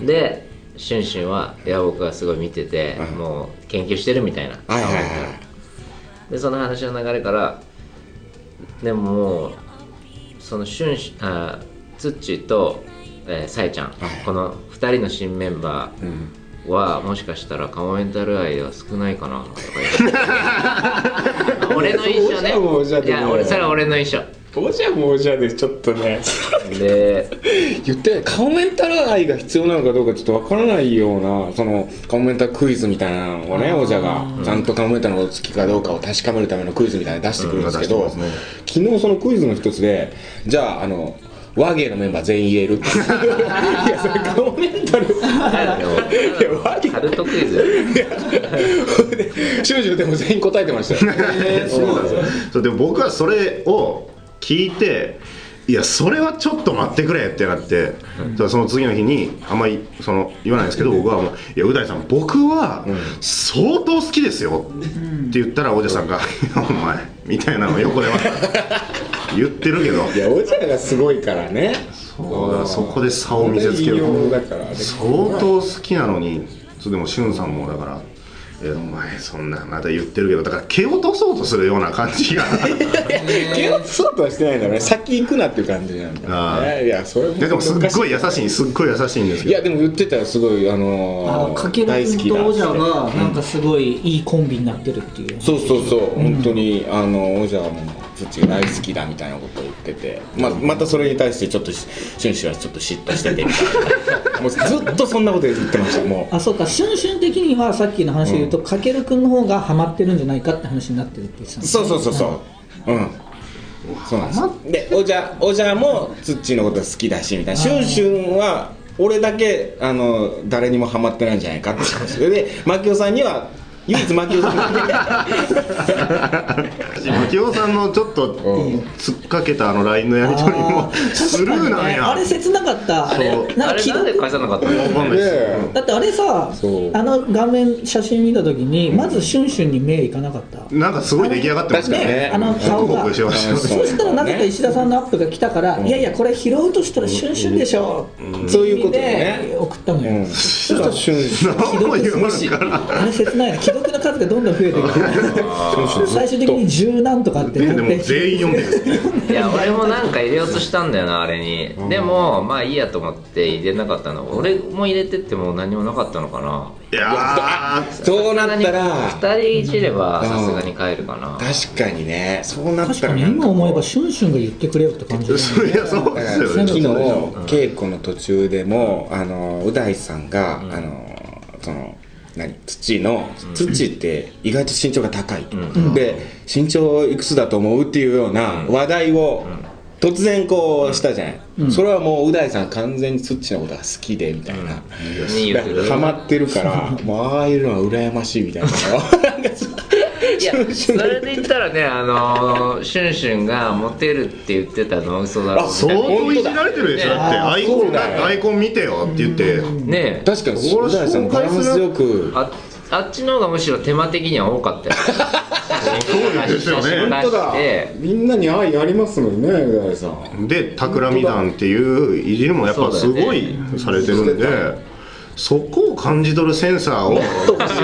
Speaker 3: い
Speaker 2: でシュンシュンはいや僕はすごい見てて、
Speaker 3: はい
Speaker 2: もう研究してるみたいな、
Speaker 3: はいはいはい
Speaker 2: でその話の流れからでももうそのシュンシュあツッチーと、えー、サイちゃん、この2人の新メンバーは、もしかしたらカモメンタル愛は少ないかなとか言って俺の印象ね
Speaker 3: そうじゃんもうじゃあ
Speaker 2: いや俺それは俺の印象
Speaker 3: おじゃもうじゃでちょっとね
Speaker 2: で
Speaker 3: 言ってない顔メンタル愛が必要なのかどうかちょっとわからないようなその顔メンタルクイズみたいなのをねおじゃがちゃんと顔メンタルのこと好きかどうかを確かめるためのクイズみたいなの出してくるんですけど、
Speaker 4: うん出してますね
Speaker 3: 昨日そのクイズの一つでじゃああの和芸のメンバー全員言えるってい やそれ顔メンタル
Speaker 2: あの
Speaker 3: いやわけ
Speaker 2: カルトクイズ
Speaker 3: シューシューでも全員答えてましたよ
Speaker 4: そうなんですよそうでも僕はそれを聞いていやそれはちょっと待ってくれってなって、その次の日にあんまりその言わないんですけど僕はもう「いやう大さん僕は相当好きですよ」って言ったらおじさんが「 いやお前」みたいなのを横でまた言ってるけど
Speaker 3: いやおじゃがすごいからね
Speaker 4: そうだそこで差を見せつける
Speaker 3: だからね
Speaker 4: 相当好きなのにそうでもしゅんさんもだから「 えお前そんなまだ言ってるけどだから蹴落とそうとするような感じが
Speaker 3: 蹴そうとはしてないんだろうね先行くなっていう感じなんだ
Speaker 4: あ
Speaker 3: ろう
Speaker 4: あ
Speaker 3: ねいやそれ
Speaker 4: いやでもすっごい優しいすっごい優しいんです
Speaker 3: い
Speaker 4: け
Speaker 3: やでも言ってたよすごいあ
Speaker 1: あ
Speaker 3: の
Speaker 1: の
Speaker 3: ー
Speaker 1: かける
Speaker 3: 大好
Speaker 1: 君
Speaker 3: き
Speaker 1: と
Speaker 3: だ
Speaker 1: 王者がなんかすごいいいコンビになってるっていう
Speaker 3: そうそうそう本当にあの王者はもうそっちが大好きだみたいなことを言っててままたそれに対してちょっとしシュンシュンはちょっと嫉妬 しててみたいなもうずっとそんなこと言ってましたもう
Speaker 1: あそうかシュンシュン的にはさっきの話で言うと、かける君の方がハマってるんじゃないかって話になってるって言ってたんです
Speaker 3: そうそうそうそう。うん。そうなんです。で、おじゃ、おじゃも、つっちーのこと好きだしみたいな。シュンシュンは、俺だけ、あの、誰にもハマってないんじゃないかって話。それで、マキオさんには、唯一マキオさんが。
Speaker 4: ど牧雄さんのちょっと突っかけたあの LINE のやり取り
Speaker 1: あ
Speaker 4: も
Speaker 1: ー
Speaker 4: スルーなん
Speaker 1: 確かにね
Speaker 4: や
Speaker 1: あれ切なかった
Speaker 2: あれ
Speaker 4: そう
Speaker 1: なん
Speaker 2: あ
Speaker 1: か
Speaker 2: れ
Speaker 1: 既
Speaker 2: なんで
Speaker 1: 読
Speaker 2: 返さなかった
Speaker 4: わか
Speaker 2: の
Speaker 4: んないです
Speaker 3: ね
Speaker 1: だってあれさ
Speaker 3: そう
Speaker 1: あの画面写真見た時にまずシュンシュンに目いかなかった、
Speaker 4: なんかすごい出来上がってますからね
Speaker 3: ね
Speaker 1: あの
Speaker 4: ホ
Speaker 1: 顔
Speaker 4: ク
Speaker 1: が
Speaker 4: ホクしてましたよ
Speaker 1: そしたらなぜか石田さんのアップが来たから、いやいやこれ拾うとしたらシュンシュンでしょ、
Speaker 3: そういうことね
Speaker 1: で。送ったのよ、
Speaker 3: うん。そしたらシュンシュン。
Speaker 4: 何も言わんから
Speaker 1: あれ切ないな既読の数がどんどん増えてくる最終的に十何とかって
Speaker 4: ね
Speaker 1: な
Speaker 4: で
Speaker 1: っ
Speaker 4: も
Speaker 1: て
Speaker 4: 全員読んでる
Speaker 2: いや俺もなんか入れようとしたんだよなあれにでもまあいいやと思って入れなかったの俺も入れてっても何もなかったのかない
Speaker 4: や ー
Speaker 3: そうなったら、
Speaker 2: 2人いじればさすがに帰るかな
Speaker 3: 確かにね。そうなっ
Speaker 1: 確
Speaker 3: た
Speaker 1: からに
Speaker 3: なん
Speaker 1: 今
Speaker 3: か。
Speaker 1: 思えばシュンシュンが言ってくれよって感じだね
Speaker 4: いやそうですよ
Speaker 3: 昨
Speaker 4: ね
Speaker 3: 日
Speaker 4: そうでしょ
Speaker 3: 稽古の途中でもあのう大さんが、あのその何土の土って意外と身長が高い、で身長いくつだと思うっていうような話題を、突然こうしたじゃない、それはもうう大さん完全に土のことが好きでみたいな、
Speaker 2: に言ってる
Speaker 3: ハマってるからもうああいうのは羨ましいみ たいななんかそう
Speaker 2: いやそれで言ったらねあのーシュンシュンがモテるって言ってたのは嘘だろ
Speaker 3: あ
Speaker 2: みたい
Speaker 4: 相
Speaker 2: な
Speaker 4: 当いじられてるでしょだってアイコンアイコン見てよって言って
Speaker 2: ねえ
Speaker 3: 確かにう大さんバランスよく
Speaker 2: ああっちの方がむしろ手間的には多かったよ
Speaker 4: そうですよね
Speaker 3: 本当だ
Speaker 2: して
Speaker 3: みんなに愛ありますもんねう大さん
Speaker 4: で企み団っていういじりもやっぱすごいされてるんでそこを感じ取るセンサーを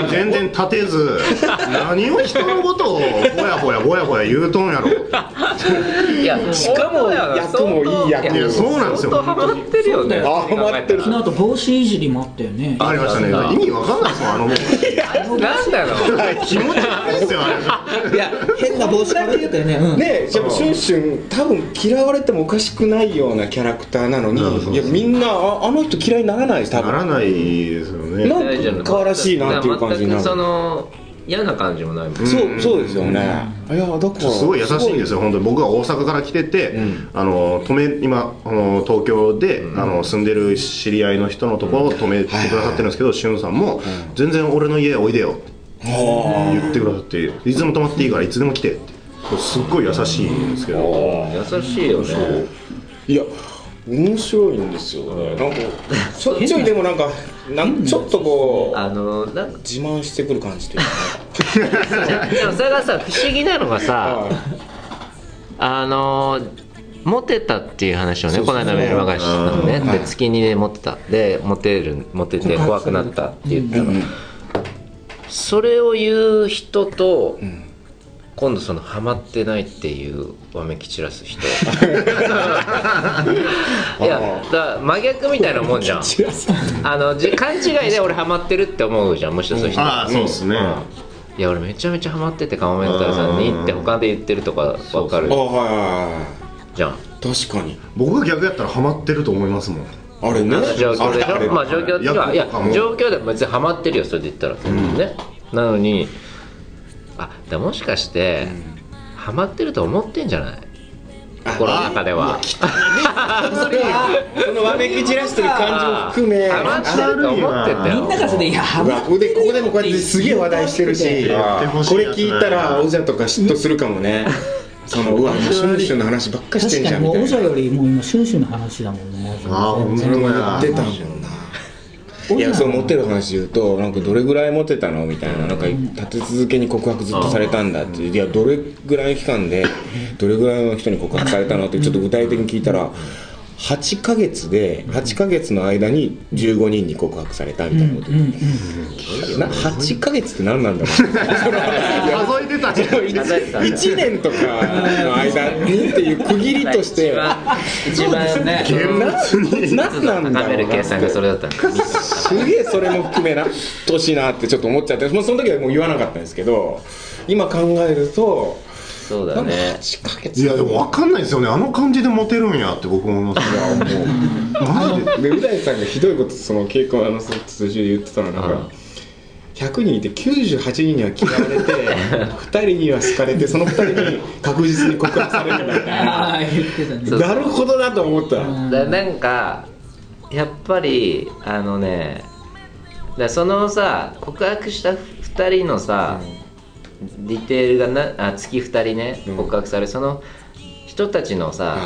Speaker 4: 全然立てず何を人のことをぼやぼやぼやぼや言うとんやろ
Speaker 2: いやしかも
Speaker 3: 役もいい役
Speaker 4: いやそうなんですよ
Speaker 2: 相当ハマってるよね
Speaker 3: あハマってる
Speaker 1: 昨日あと帽子いじりもあったよね
Speaker 4: ありましたね意味わかんないですもんあのもう
Speaker 2: なんだろう
Speaker 4: 気持ち悪いですよあれ
Speaker 3: いや
Speaker 1: 変な帽子かぶってたよね、うん、
Speaker 3: ねえやっぱシュンシュン多分嫌われてもおかしくないようなキャラクターなの
Speaker 4: うんそうそ
Speaker 3: に
Speaker 4: う
Speaker 3: いやみんなああの人嫌いにならないです多
Speaker 4: な
Speaker 3: 分
Speaker 4: らないですよね
Speaker 3: なんか可愛らしいなっていう感じにな
Speaker 2: 全く
Speaker 3: る
Speaker 2: その嫌な感じもないもん
Speaker 3: そうそうですよねいやだから
Speaker 4: すごい優しいんですすよ本当に僕は大阪から来てて、
Speaker 3: うん
Speaker 4: あの止め今あの東京で、あの住んでる知り合いの人のところを止めてくださってるんですけど、しゅんさんも、全然俺の家おいでよ」って言ってくださって「いつでも泊まっていいからいつでも来て」ってすっごい優しいんですけど
Speaker 2: 優しいよね
Speaker 3: いや面白いんですよねなんかち ょちょいでもなんかなんちょっとこう
Speaker 2: あのなんか
Speaker 3: 自慢してくる感じというか
Speaker 2: でもそれがさ不思議なのがさ
Speaker 3: ね
Speaker 2: あのモテたっていう話をねこの間メールマガジンしたのね
Speaker 3: うん
Speaker 2: で月にでモテたでモテるモテて怖くなったって言ったのそれを言う人と今度そのハマってないっていうわめき散らす 人いやだ真逆みたいなもんじゃん
Speaker 3: 違うさ
Speaker 2: あのじ勘違いで俺ハマってるって思うじゃんむしろそういう人
Speaker 4: ああそうですね、
Speaker 2: いや俺めちゃめちゃハマっててカモメンタルさんにって他で言ってるとかわかる
Speaker 3: あはいはいはい
Speaker 2: じゃん
Speaker 3: 確かに
Speaker 4: 僕が逆やったらハマってると思いますもん
Speaker 3: あれね
Speaker 2: 状況でし
Speaker 3: あれ
Speaker 2: ょまあ状況っていうかいや
Speaker 4: 役とかも
Speaker 2: 状況では別にハマってるよそれで言ったらねなのにあだからもしかしてハマってると思ってんじゃない心の中では
Speaker 3: そ れはそのわめき散らしてる感じも含め
Speaker 2: ハマってると思ってた
Speaker 4: あ
Speaker 1: みんな
Speaker 2: よ
Speaker 1: がそれいやハ
Speaker 3: う
Speaker 1: マ
Speaker 3: わ
Speaker 1: っ
Speaker 3: ここでここでもこうやってすげえ話題してるし
Speaker 4: やってほしい
Speaker 3: これ聞いたらおじゃとか嫉妬するかもねそのうわシュンシュンの話ばっかして
Speaker 1: 確
Speaker 3: ん
Speaker 1: か
Speaker 3: じゃ
Speaker 1: に
Speaker 3: んみ
Speaker 1: もうオ
Speaker 3: たい
Speaker 1: ジ
Speaker 3: な
Speaker 1: ャよりもう今シュンシュンの話だもんね
Speaker 4: ああ本当
Speaker 3: 言ってた
Speaker 4: だ
Speaker 3: もんないやそうモテる話言うとなんかどれぐらいモテたのみたいななんか立て続けに告白ずっとされたんだっていやどれぐらいの期間でどれぐらいの人に告白されたのってちょっと具体的に聞いたら8ヶ月で8ヶ月の間に15人に告白されたみたいなこと、
Speaker 1: うんうん
Speaker 3: な8ヶ月って何なんだろう
Speaker 4: 数えてたじゃん
Speaker 3: 1年とかの間にっていう区切りとして
Speaker 2: 一番一番 ね
Speaker 4: 厳密に
Speaker 3: 何なんだ
Speaker 2: 高め
Speaker 3: ろ
Speaker 2: る
Speaker 3: う
Speaker 2: 計
Speaker 3: な
Speaker 2: 算がそれだったんだ
Speaker 3: すげえそれも含めな年なってちょっと思っちゃってもうその時はもう言わなかったんですけど今考えると
Speaker 2: そう
Speaker 3: な
Speaker 2: だ
Speaker 3: んか
Speaker 2: ね
Speaker 3: 8ヶ月
Speaker 4: いやでも分かんないですよねあの感じでモテるんやって僕も思ってマジ
Speaker 3: で
Speaker 4: で
Speaker 3: う大さんがひどいことその稽古あのそ途中で言ってたのがなん
Speaker 2: うん
Speaker 3: か100人いて98人には嫌われて 2人には好かれてその2人に確実に告白されるみたい
Speaker 1: あ
Speaker 3: な
Speaker 1: あ言ってたね
Speaker 2: そう
Speaker 3: なるほどなと思った
Speaker 2: だなんかやっぱりあのねだそのさ告白した2人のさ、ディテールがなあ月2人ね
Speaker 3: うん
Speaker 2: 告白され、その人たちのさ、
Speaker 3: は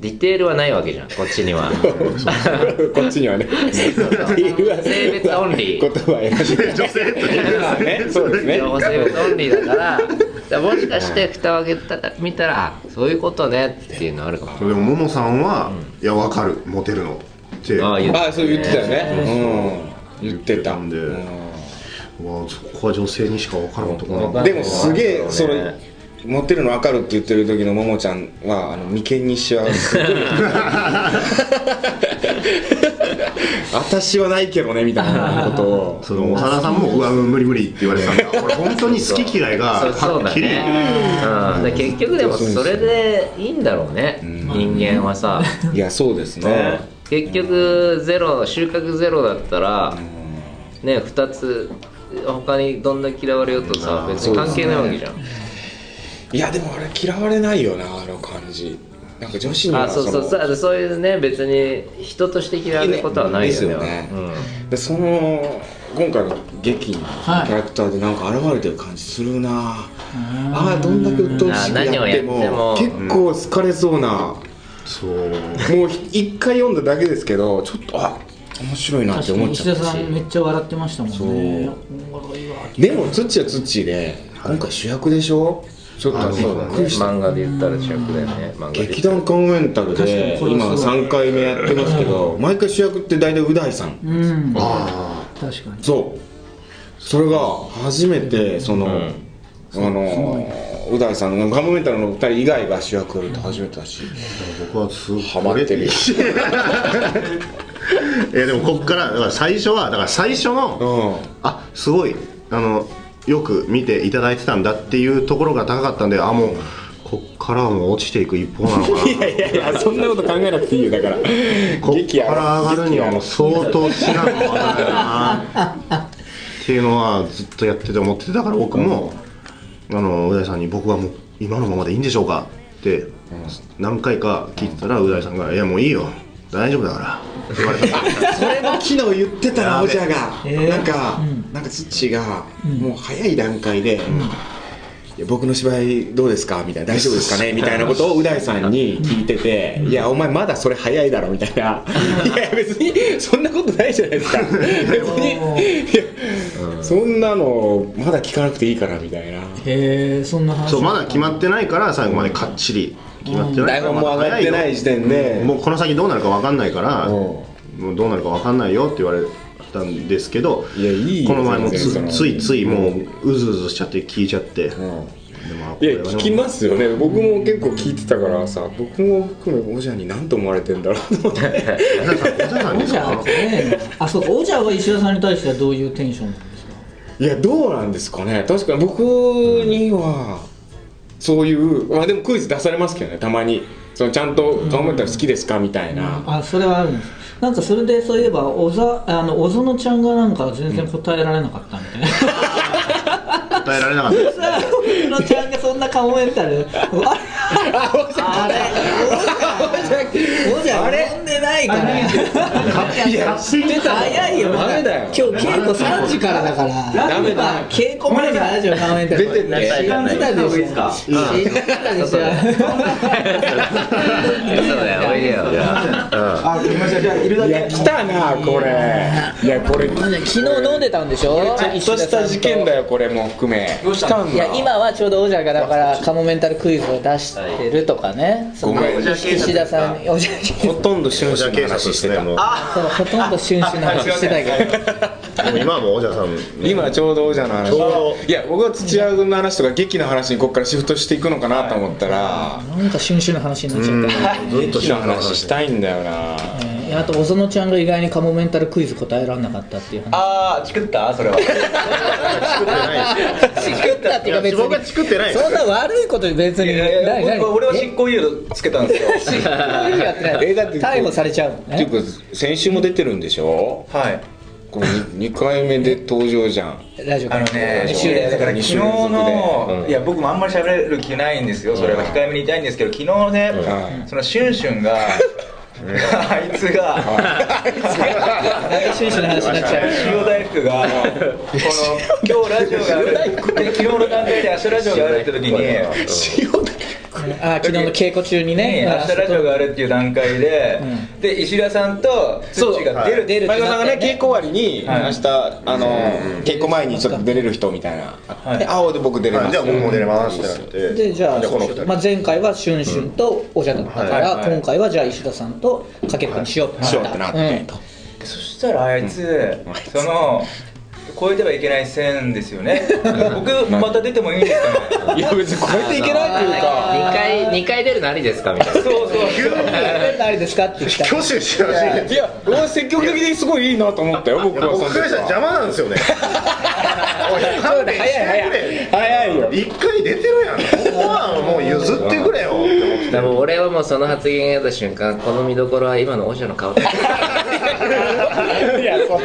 Speaker 2: ディテールはないわけじゃんこっちに は
Speaker 3: いこっちにはね
Speaker 2: 性
Speaker 3: 性
Speaker 2: 別オンリー
Speaker 3: 言葉選んで
Speaker 4: 女性と
Speaker 3: まあ ねそうですね
Speaker 2: 情報性別オンリーだからだもしかして蓋を開けたら見たらあそういうことねっていうのあるかも
Speaker 4: でもももさんは「いや分かるモテるの」って
Speaker 2: ああ言って
Speaker 3: ああそう言ってたよねうん言ってた
Speaker 4: 言ってたんで
Speaker 3: うん
Speaker 4: うわそこは女性にしか分からんとこなんだ
Speaker 3: でもすげえそ
Speaker 2: そうだ
Speaker 3: れ
Speaker 2: ね
Speaker 3: 持ってるの分かるって言ってる時のももちゃんはあの眉間にしわが すごい私はないけどねみたいなことを
Speaker 4: その長田さんも「うわ無理無理」って言われ てたんだ俺本当に好き嫌いが
Speaker 2: そうそう
Speaker 4: はっ
Speaker 2: だ
Speaker 4: きり
Speaker 2: ね、うん、だから結局でもそれでいいんだろうね、人間はさ、
Speaker 3: いやそうですね
Speaker 2: 結局ゼロ収穫ゼロだったら、ね2つ他にどんな嫌われようとさ別に関係ないわけじゃん、
Speaker 3: いやでもあれ嫌われないよなあの感じなんか女子には
Speaker 2: あそうそうそうそういうね別に人として嫌われることはないよね
Speaker 3: です
Speaker 2: う
Speaker 3: よ
Speaker 2: ん
Speaker 3: でその今回の劇のキ
Speaker 1: はい
Speaker 3: ャラクターでなんか現れてる感じするなああどんだけ鬱陶しく
Speaker 2: あ何
Speaker 3: や
Speaker 2: を
Speaker 3: っ
Speaker 2: やってて
Speaker 3: も
Speaker 2: も
Speaker 3: 結構好かれそうな
Speaker 4: そう
Speaker 3: もう一回読んだだけですけどちょっとあ面白いなって
Speaker 1: 確か
Speaker 3: 思っ
Speaker 1: に
Speaker 3: ち
Speaker 1: 石
Speaker 3: ゃ
Speaker 1: 田
Speaker 3: った
Speaker 1: さ
Speaker 3: し
Speaker 1: んめっちゃ笑ってましたもんね
Speaker 3: そう
Speaker 1: おもろいわ
Speaker 3: でもツッチはツッチで今回主役でしょちょっと
Speaker 4: あ
Speaker 3: びっ
Speaker 4: そうだね
Speaker 3: くりした
Speaker 2: 漫画で言ったら主役だよね漫画で
Speaker 3: 劇団カンエンタルで
Speaker 1: 確かにこれ
Speaker 3: 今
Speaker 1: はすごい
Speaker 3: 3回目やってますけど毎回主役って大体う大さん
Speaker 1: うん
Speaker 4: あ
Speaker 1: 確かに
Speaker 3: そうそれが初めてその、
Speaker 2: ん
Speaker 3: あのう大さんのガムメンタルの2人以外が主役やるって初めてだし
Speaker 4: あ僕はすごい
Speaker 3: ハマってるよ
Speaker 4: いやでもこっからだから最初はだから最初の、
Speaker 3: う
Speaker 4: あすごいあのよく見ていただいてたんだっていうところが高かったんであもうこっからはもう落ちていく一方なのかな
Speaker 3: んい やいやいやそんなこと考えなくていいよだから
Speaker 4: こっ
Speaker 3: 激
Speaker 4: から上がるにはもう
Speaker 3: 激
Speaker 4: 相当至難の業だなっていうのはずっとやってて思っててだから僕もあのう大さんに「僕はもう今のままでいいんでしょうか?」って何回か聞いてたらう大さんが「いやもういいよ大丈夫だから」って言われた
Speaker 3: それも昨日言ってたな
Speaker 4: や
Speaker 3: お
Speaker 4: べ
Speaker 3: じゃが、
Speaker 1: えー
Speaker 3: なんか、
Speaker 1: うん
Speaker 3: なんか土がもう早い段階で、いや僕の芝居どうですかみたいな大丈夫です かねみたいなことをう大さんに聞いてて「いやお前まだそれ早いだろ」みたいな「いや別にそんなことないじゃないですか別にいやそんなのまだ聞かなくていいから」みたいな
Speaker 1: へえそんな 話
Speaker 4: そうまだ決まってないから最後までかっちり決まってな
Speaker 3: 台
Speaker 4: い
Speaker 3: 本も上がってない時点で、
Speaker 4: もうこの先どうなるか分かんないから、
Speaker 3: うん
Speaker 4: もうどうなるか分かんないよって言われたんですけど
Speaker 3: いやいいよ
Speaker 4: この前も
Speaker 3: 全
Speaker 4: つ
Speaker 3: 然
Speaker 4: ついついもううずうずしちゃって聞いちゃっ
Speaker 3: う
Speaker 4: て、
Speaker 3: ん
Speaker 4: でもこ
Speaker 3: いや
Speaker 4: れは
Speaker 3: 聞きますよね僕も結構聞いてたからさ僕も含めおじゃに何と思われてんだろうと思って
Speaker 4: 小田さん
Speaker 1: オ
Speaker 4: です
Speaker 1: ジャー
Speaker 4: か
Speaker 1: ですねあそうかオジャーは石田さんに対してはどういうテンションなんですか
Speaker 3: いやどうなんですかね確かに僕にはそういうまあでもクイズ出されますけどねたまにそのちゃんと「顔面たら好きですか?」みたいな、
Speaker 1: あそれはあるんですなんかそれでそういえば小ざあの小園ちゃんがなんか全然答えられなかったみたいな、
Speaker 4: 答えられなかったです
Speaker 1: 小園ちゃんがそんなカモメンタルあれ小
Speaker 3: あれ
Speaker 1: 飲んでないから早いよ
Speaker 3: ダメだよ
Speaker 1: 今日稽古3時からだから
Speaker 3: ダメだ
Speaker 1: まあ稽古前にラジオカモメンタル
Speaker 3: 出てんね
Speaker 1: 知ってたでしょ知ってたでしょ
Speaker 2: そうだよおいでよ
Speaker 1: あ
Speaker 3: あー来ましたじゃあいるだけいや来たなこれいやこれちょっ
Speaker 1: 昨日飲んでたんでしょ
Speaker 3: とした事件だよこれも含め来たん
Speaker 1: いや
Speaker 3: だ
Speaker 1: 今はちょうどオジャがだからカモメンタルクイズを出してるとかねその
Speaker 3: ごめん
Speaker 1: 石田さんオジャ
Speaker 3: ほとんど瞬
Speaker 4: おじゃ
Speaker 3: 時
Speaker 4: 警
Speaker 3: の
Speaker 4: 察
Speaker 3: 話
Speaker 4: で
Speaker 3: して
Speaker 4: すね
Speaker 3: た
Speaker 4: もう
Speaker 1: そうほとんど瞬死の話してたけど
Speaker 4: でも今はもうおじゃさん
Speaker 3: 今ちょうど王者の話
Speaker 4: ちょうど
Speaker 3: いや僕は土屋君の話とか劇の話にここからシフトしていくのかなと思ったら、
Speaker 1: なんか瞬死の話になっちゃった
Speaker 4: ずっと
Speaker 3: 劇の話したいんだよな
Speaker 1: えーあと小園ちゃんが意外にカモメンタルクイズ答えられなかったっていう話
Speaker 5: ああ、チクったそれは。
Speaker 4: 作ってないです
Speaker 1: 作ったっていうか別
Speaker 4: 僕は
Speaker 1: に
Speaker 4: 作ってないです
Speaker 1: そんな悪いこと別にないない
Speaker 5: 僕俺は執行猶予つけたんですよ。
Speaker 1: やってない
Speaker 3: えだって
Speaker 1: 逮捕されちゃうもん
Speaker 3: ってい
Speaker 1: ね
Speaker 3: うか先週も出てるんでしょ
Speaker 5: はい。
Speaker 3: これ 2, 回目で登場じゃん
Speaker 1: ラジオ
Speaker 5: あのね、
Speaker 1: 2
Speaker 3: 二
Speaker 1: 週
Speaker 3: 週
Speaker 1: 連
Speaker 3: 連
Speaker 5: だ
Speaker 1: 続
Speaker 3: 続
Speaker 5: から昨日の、
Speaker 3: うん
Speaker 5: いや僕もあんまり喋れる気ないんですよ。それは控えめに言いたいんですけど、昨日ね、
Speaker 3: うん
Speaker 5: そのシュンシュンが、 あいつが、
Speaker 1: なんか瞬死の話になっちゃう
Speaker 5: 塩大福が、この今日ラジオがある、 で昨日の段階で明日ラジオがあるって時に、
Speaker 1: あ昨日の稽古中にね
Speaker 5: ね、明日ラジオがあるっていう段階で、で石田さんとスッチーが出る
Speaker 1: 出るって
Speaker 3: 前川さ
Speaker 1: なっ
Speaker 3: ん
Speaker 1: たよ
Speaker 3: がね稽
Speaker 1: ね
Speaker 3: 古終わりに明
Speaker 5: はい
Speaker 3: 日あの稽古前にちょっと出れる人みたいな
Speaker 5: はい
Speaker 3: で青で僕出れ
Speaker 4: あ
Speaker 3: ます
Speaker 4: じゃあ僕も出れますってなって
Speaker 1: でじゃあ
Speaker 4: じゃあこの二人
Speaker 1: まあ、前回はシュンシュンとおじゃだったか
Speaker 5: うん
Speaker 1: ら
Speaker 5: はい
Speaker 1: 今回はじゃあ石田さんとかけるかにしようって
Speaker 3: しようってなって
Speaker 1: うん
Speaker 5: そしたらあいつ、その超えてはいけない線ですよね僕また出てもいいんですかね
Speaker 3: いや別に超えていけないっていうか
Speaker 2: 2回二回出るのありですかみたいな
Speaker 5: そうそう
Speaker 1: 誰ですかって言ったら
Speaker 4: 挙手してほし
Speaker 3: い
Speaker 4: い
Speaker 3: や俺は積極的ですごいいいなと思ったよ僕はそ
Speaker 4: 僕
Speaker 3: の
Speaker 4: か
Speaker 3: 時
Speaker 4: らした
Speaker 3: は
Speaker 4: ら邪魔なんですよねおい勘弁してくれ
Speaker 3: 早いよ
Speaker 4: 一回出てるやんここはもう譲ってくれよって思って
Speaker 2: でも俺はもうその発言やった瞬間この見どころは今のおじゃの顔だ
Speaker 3: いやそ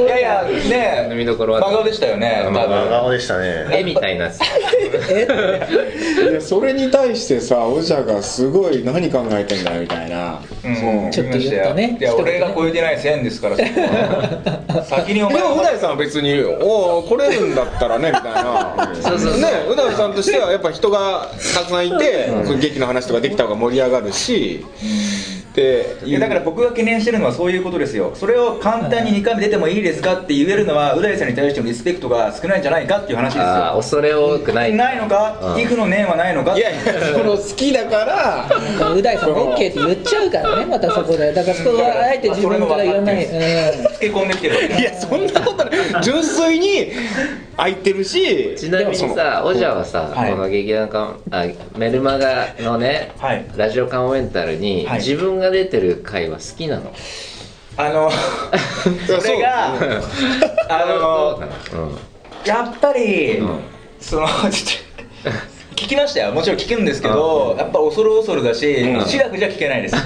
Speaker 5: いやいやね
Speaker 2: 見どころ
Speaker 5: 真
Speaker 2: は
Speaker 5: 顔でしたよね多
Speaker 4: 真
Speaker 5: 分
Speaker 4: 顔でしたね
Speaker 2: 絵みたいな
Speaker 3: ういやそれに対してさおじゃがすごい何考えてんだよみたいな
Speaker 5: うん
Speaker 1: ちょっと言ったね
Speaker 5: いや俺が超えてない線ですからそこ は先にお
Speaker 3: で
Speaker 5: 前
Speaker 3: もう大さんは別に「おお来れるんだったらね」みたいな
Speaker 2: そうそうそう
Speaker 3: ねう大さんとしてはやっぱ人がたくさんいて、その劇の話とかできた方が盛り上がるし、で
Speaker 5: いやだから僕が懸念してるのはそういうことですよそれを簡単に2回目出てもいいですかって言えるのはう大さんに対してのリスペクトが少ないんじゃないかっていう話です
Speaker 2: あー
Speaker 5: よ
Speaker 2: 恐れ多くない
Speaker 5: ないのか
Speaker 2: うん
Speaker 5: 幾の念はないのか
Speaker 3: いやいやその好きだから
Speaker 1: う大さんも OK って言っちゃうからねまたそこでだからそこはあえて自分から言わない、うん、
Speaker 5: つけ込んできてるわけ
Speaker 3: いやそんなことない純粋に空いてるし
Speaker 2: ちなみに
Speaker 3: でもその
Speaker 2: さおじゃはさ、
Speaker 5: はい
Speaker 2: この劇団かあメルマガのね、
Speaker 5: はい
Speaker 2: ラジオカモメンタルに、
Speaker 5: はい
Speaker 2: 自分が出てる回は好きなの
Speaker 5: あのそれが あの
Speaker 2: うん
Speaker 5: やっぱり、
Speaker 2: ん
Speaker 5: その ちょっと聞きましたよもちろん聞くんですけどやっぱ恐る恐るだし、
Speaker 3: うん
Speaker 5: シラフじゃ聞けないです
Speaker 3: あ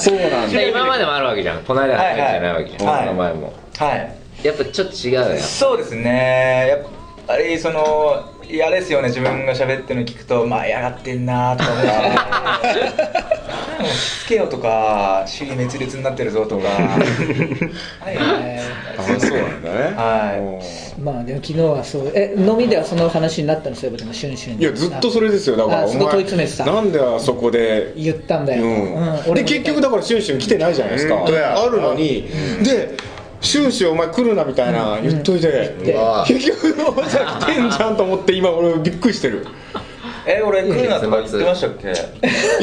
Speaker 3: そうなんだ
Speaker 2: で今までもあるわけじゃんこの間の話じゃないわけじゃん、
Speaker 5: はいはい
Speaker 2: この前も
Speaker 5: はい
Speaker 2: やっぱちょっと違うよ
Speaker 5: そうですねやっぱりその嫌ですよね自分が喋ってるの聞くとまあ嫌がってんなとか思うしあもうつけよとか尻滅裂になってるぞとかはい
Speaker 3: あそうなんだね
Speaker 5: はい
Speaker 1: まあでも昨日はそうえ飲みではその話になったのそういえばでもシュンシュン
Speaker 3: いやずっとそれですよだから
Speaker 1: あそこ問い詰めてた
Speaker 3: なんであそこで
Speaker 1: 言ったんだよ、
Speaker 3: うん、で結局だからシュンシュン来てないじゃないですか
Speaker 4: 本当や
Speaker 3: あるのにでシュンシュンお前来るなみたいな言っといて
Speaker 1: んう
Speaker 4: わ
Speaker 3: 結局おじゃ来てんじゃんと思って今俺びっくりしてる
Speaker 5: え俺来るなとか言ってましたっけ